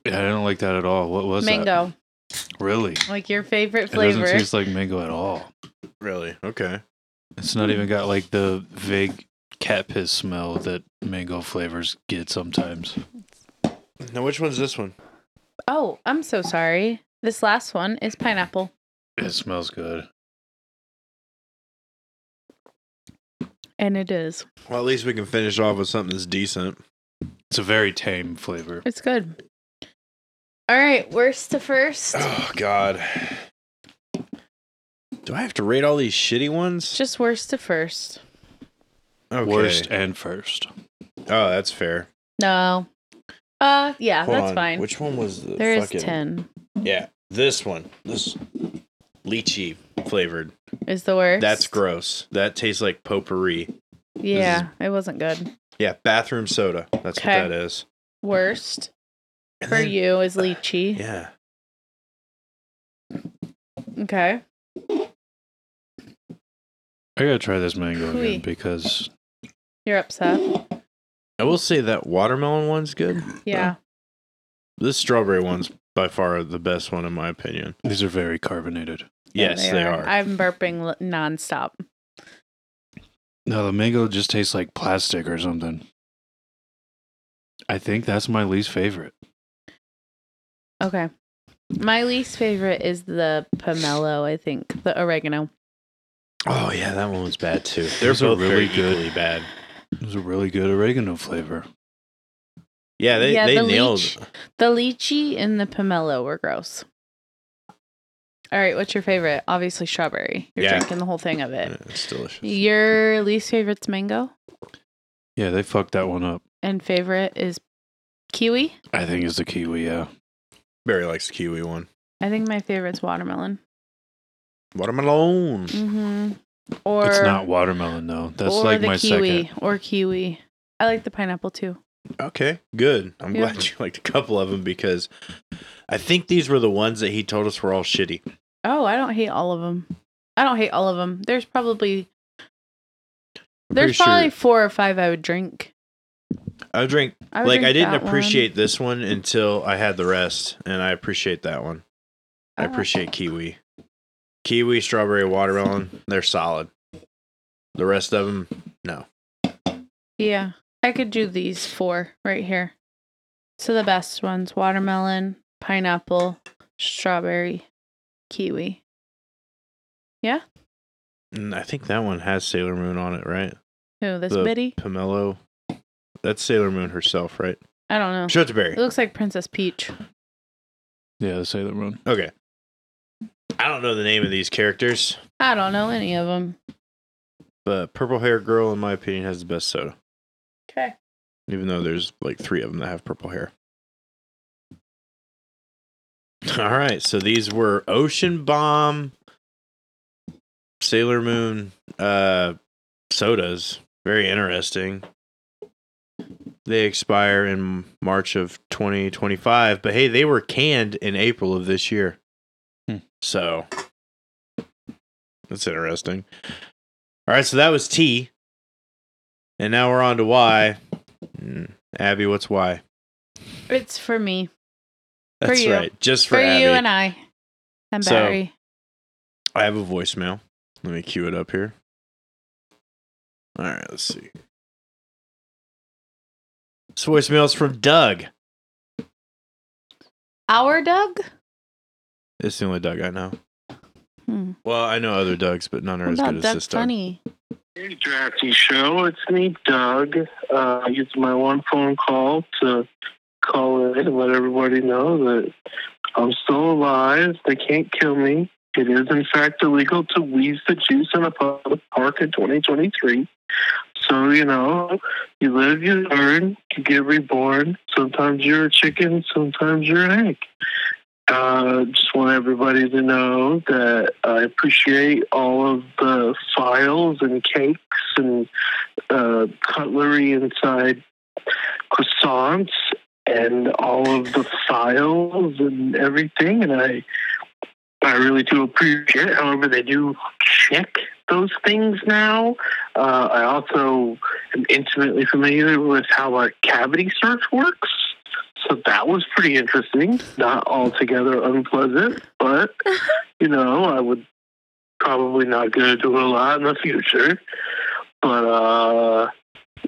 Speaker 3: Yeah, I don't like that at all. What was that?
Speaker 2: mango.
Speaker 3: Really?
Speaker 2: Like your favorite
Speaker 3: It
Speaker 2: flavor.
Speaker 3: doesn't taste like mango at all.
Speaker 1: Really? Okay.
Speaker 3: It's not even got like the vague cat piss smell that mango flavors get sometimes.
Speaker 1: Now, which one's this one?
Speaker 2: oh, I'm so sorry. This last one is pineapple.
Speaker 3: It smells good.
Speaker 2: And it is.
Speaker 1: Well, at least we can finish off with something that's decent.
Speaker 3: It's a very tame flavor.
Speaker 2: It's good. All right, worst to first.
Speaker 1: Oh God. Do I have to rate all these shitty ones?
Speaker 2: Just worst to first.
Speaker 1: Okay.
Speaker 3: Worst and first.
Speaker 1: Oh, that's fair.
Speaker 2: No. Uh, yeah,
Speaker 1: Hold
Speaker 2: that's
Speaker 1: on.
Speaker 2: fine.
Speaker 1: Which one was the
Speaker 2: there is
Speaker 1: fucking-
Speaker 2: 10
Speaker 1: Yeah, this one. This lychee flavored.
Speaker 2: is the worst.
Speaker 1: That's gross. That tastes like potpourri.
Speaker 2: Yeah, it wasn't good.
Speaker 1: Yeah, bathroom soda. That's
Speaker 2: Okay.
Speaker 1: what that is.
Speaker 2: Worst
Speaker 1: And
Speaker 2: for
Speaker 1: then-
Speaker 2: you is lychee.
Speaker 1: Yeah.
Speaker 2: Okay.
Speaker 3: I gotta try this mango again
Speaker 2: Wait.
Speaker 3: because
Speaker 2: You're upset.
Speaker 1: I will say that watermelon one's good.
Speaker 2: Yeah.
Speaker 1: This strawberry one's by far the best one in my opinion.
Speaker 3: these are very carbonated.
Speaker 2: Yeah,
Speaker 1: yes, they are.
Speaker 2: I'm burping li- nonstop.
Speaker 3: No, the mango just tastes like plastic or something. I think that's my least favorite.
Speaker 2: Okay. My least favorite is the pomelo, I think. The oregano.
Speaker 1: Oh yeah, that one was bad too. They're
Speaker 3: Those are
Speaker 1: both
Speaker 3: really
Speaker 1: really very
Speaker 3: good.
Speaker 1: equally bad.
Speaker 3: It was a really good oregano flavor.
Speaker 1: Yeah, they,
Speaker 2: Yeah,
Speaker 1: they
Speaker 2: the
Speaker 1: nailed
Speaker 2: leech- The lychee and the pomelo were gross. All right, what's your favorite? Obviously, strawberry. You're
Speaker 1: Yeah.
Speaker 2: drinking the whole thing of
Speaker 1: Yeah,
Speaker 2: it.
Speaker 1: It's delicious.
Speaker 2: Your least favorite's mango,
Speaker 3: Yeah, they fucked that one up.
Speaker 2: and favorite is kiwi.
Speaker 3: I think it's the kiwi. Yeah,
Speaker 1: Barry likes the kiwi one.
Speaker 2: I think my favorite's watermelon.
Speaker 1: Watermelon.
Speaker 2: Mm-hmm. Or
Speaker 3: it's not watermelon though. That's
Speaker 2: or
Speaker 3: like
Speaker 2: the
Speaker 3: my
Speaker 2: kiwi
Speaker 3: second.
Speaker 2: or kiwi. I like the pineapple too.
Speaker 1: Okay, good. I'm
Speaker 2: Yeah.
Speaker 1: glad you liked a couple of them because I think these were the ones that he told us were all shitty.
Speaker 2: Oh, I don't hate all of them. I don't hate all of them. There's probably
Speaker 1: I'm
Speaker 2: there's
Speaker 1: pretty
Speaker 2: probably
Speaker 1: sure
Speaker 2: four or five I would drink.
Speaker 1: I drink
Speaker 2: I would
Speaker 1: like
Speaker 2: drink
Speaker 1: I didn't
Speaker 2: that one.
Speaker 1: appreciate this one until I had the rest, and I appreciate that one. I
Speaker 2: Oh.
Speaker 1: appreciate kiwi, kiwi, strawberry, watermelon. They're solid. The rest of them, no.
Speaker 2: Yeah, I could do these four right here. So the best ones: watermelon, pineapple, strawberry, kiwi.
Speaker 1: And mm, I think that one has Sailor Moon on it, right?
Speaker 2: Who this
Speaker 1: The-
Speaker 2: bitty?
Speaker 1: Pomelo. That's Sailor Moon herself, right?
Speaker 2: I don't know.
Speaker 1: Show it to
Speaker 2: It
Speaker 1: Barry.
Speaker 2: looks like Princess Peach.
Speaker 3: Yeah, the Sailor Moon.
Speaker 1: Okay. I don't know the name of these characters,
Speaker 2: I don't know any of them.
Speaker 1: but Purple Hair Girl, in my opinion, has the best soda.
Speaker 2: Okay.
Speaker 1: Even though there's like three of them that have purple hair. All right, so these were Ocean Bomb, Sailor Moon, uh, sodas. Very interesting. They expire in March of 2025, but hey, they were canned in April of this year.
Speaker 3: Hmm.
Speaker 1: So that's interesting. All right, so that was T, and now we're on to Y. Mm, Abby, what's Y?
Speaker 2: It's for me, For
Speaker 1: That's
Speaker 2: you.
Speaker 1: right, just for,
Speaker 2: for,
Speaker 1: Abby.
Speaker 2: you and I, and
Speaker 1: So-
Speaker 2: Barry.
Speaker 1: I have a voicemail. Let me cue it up here. All right, let's see. This voicemail's from Doug.
Speaker 2: Our Doug.
Speaker 1: It's the only Doug I know.
Speaker 2: Hmm.
Speaker 1: Well, I know other Dougs, but none are
Speaker 2: What
Speaker 1: as good
Speaker 2: about
Speaker 1: as
Speaker 2: Doug
Speaker 1: this Doug.
Speaker 2: Funny?
Speaker 5: Hey, Drafty Show. It's me, Doug. Uh, I used my one phone call to call in and let everybody know that I'm still alive. They can't kill me. It is, in fact, illegal to wheeze the juice in a public park in 2023. So, you know, you live, you learn, you get reborn. Sometimes you're a chicken, sometimes you're an egg. Uh, just want everybody to know that I appreciate all of the files and cakes and uh, cutlery inside croissants and all of the files and everything. And I, I really do appreciate. it. However, they do check those things now. Uh, I also am intimately familiar with how a cavity search works. So that was pretty interesting. Not altogether unpleasant, but you know, I would probably not gonna do a lot in the future. But uh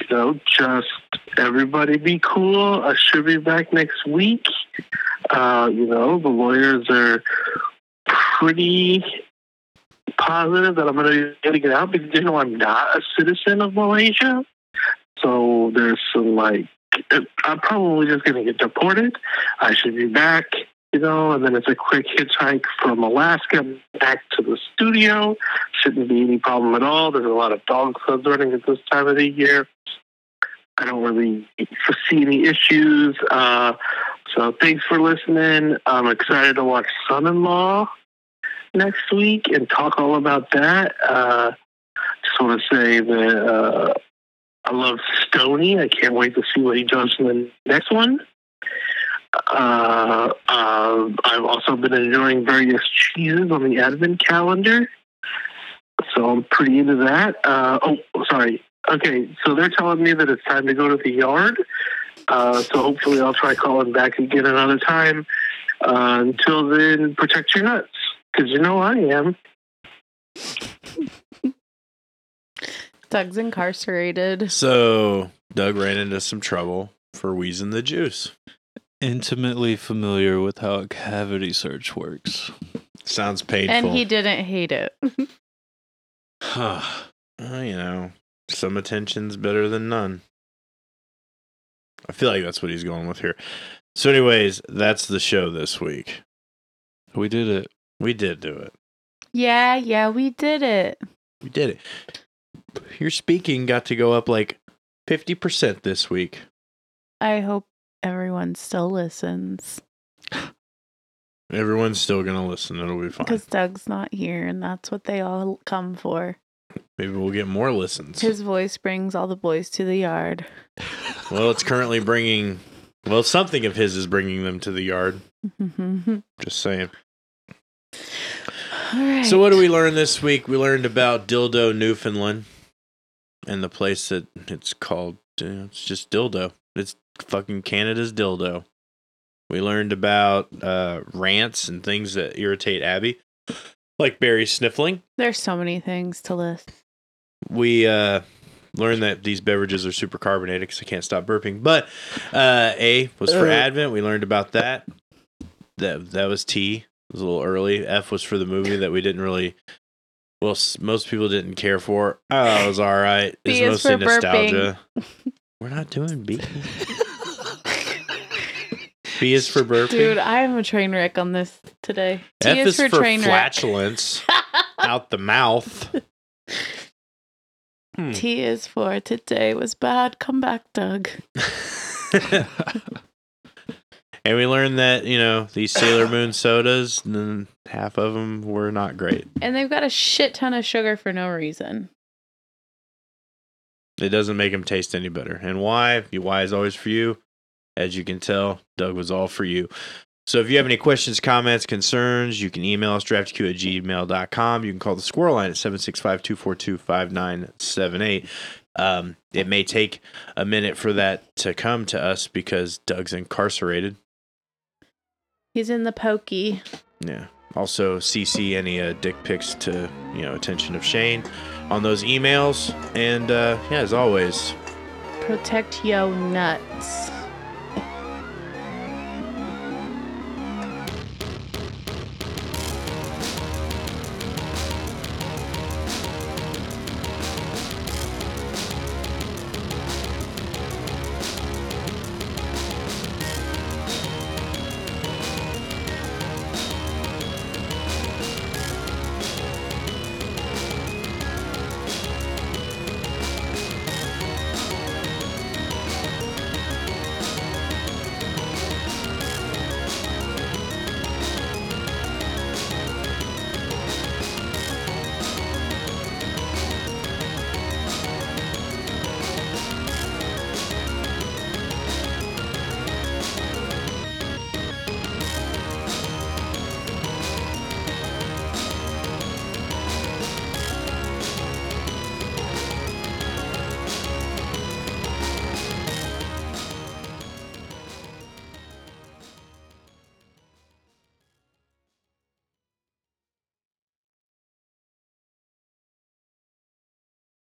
Speaker 5: you know, just everybody be cool. I should be back next week. Uh, you know, the lawyers are pretty positive that I'm gonna be able to get out because you know I'm not a citizen of Malaysia. So there's some like I'm probably just going to get deported. I should be back, you know, and then it's a quick hitchhike from Alaska back to the studio. Shouldn't be any problem at all. There's a lot of dog clubs running at this time of the year. I don't really foresee any issues. Uh, so thanks for listening. I'm excited to watch Son in Law next week and talk all about that. Uh, just want to say that uh, I love Stony. I can't wait to see what he does in the next one. Uh, uh, I've also been enjoying various cheeses on the advent calendar. So I'm pretty into that. Uh, oh, sorry. Okay, so they're telling me that it's time to go to the yard. Uh, so hopefully I'll try calling back again another time. Uh, until then, protect your nuts, because you know I am.
Speaker 2: Doug's incarcerated.
Speaker 1: So Doug ran into some trouble for wheezing the juice.
Speaker 3: Intimately familiar with how a cavity search works.
Speaker 1: Sounds painful.
Speaker 2: And he didn't hate it.
Speaker 1: Huh. Uh, you know, some attention's better than none. I feel like that's what he's going with here. So, anyways, that's the show this week.
Speaker 3: We did it.
Speaker 1: We did do it.
Speaker 2: yeah, yeah, we did it.
Speaker 1: We did it. Your speaking got to go up like 50% this week.
Speaker 2: I hope everyone still listens
Speaker 1: Everyone's still going to listen. It'll be fine.
Speaker 2: because Doug's not here, and that's what they all come for.
Speaker 1: Maybe we'll get more listens.
Speaker 2: His voice brings all the boys to the yard.
Speaker 1: Well, it's currently bringing, well, something of his is bringing them to the yard.
Speaker 2: all
Speaker 1: Just saying.
Speaker 2: right.
Speaker 1: So, what do we learn this week? We learned about Dildo, Newfoundland, and the place that it's called. uh, It's just Dildo. It's fucking Canada's Dildo. We learned about uh, rants and things that irritate Abby, like Barry sniffling.
Speaker 2: There's so many things to list.
Speaker 1: We uh, learned that these beverages are super carbonated because I can't stop burping. But uh, A was for
Speaker 3: Uh.
Speaker 1: Advent. We learned about that. That that was T. It was a little early. F was for the movie that we didn't really. Well, s- most people didn't care for. Oh, it was all right.
Speaker 2: B
Speaker 1: It's
Speaker 2: is
Speaker 1: mostly
Speaker 2: for burping.
Speaker 1: nostalgia. We're not doing B. B is for burping.
Speaker 2: Dude, I am a train wreck on this today. T
Speaker 1: F
Speaker 2: is, for, train
Speaker 1: flatulence
Speaker 2: wreck.
Speaker 1: out the mouth. Hmm.
Speaker 2: T is for today was bad. Come back, Doug.
Speaker 1: and we learned that you know these Sailor Moon sodas, and then half of them were not great.
Speaker 2: And they've got a shit ton of sugar for no reason.
Speaker 1: It doesn't make them taste any better. And why? Why is always for you. As you can tell, Doug was all for you. So if you have any questions, comments, concerns, you can email us draftq at gmail.com. You can call the squirrel line at 765 242 5978. Um, it may take a minute for that to come to us because Doug's incarcerated.
Speaker 2: He's in the pokey.
Speaker 1: Yeah. Also, CC any uh, dick pics to you know attention of Shane on those emails. And uh, yeah, as always,
Speaker 2: Protect yo nuts.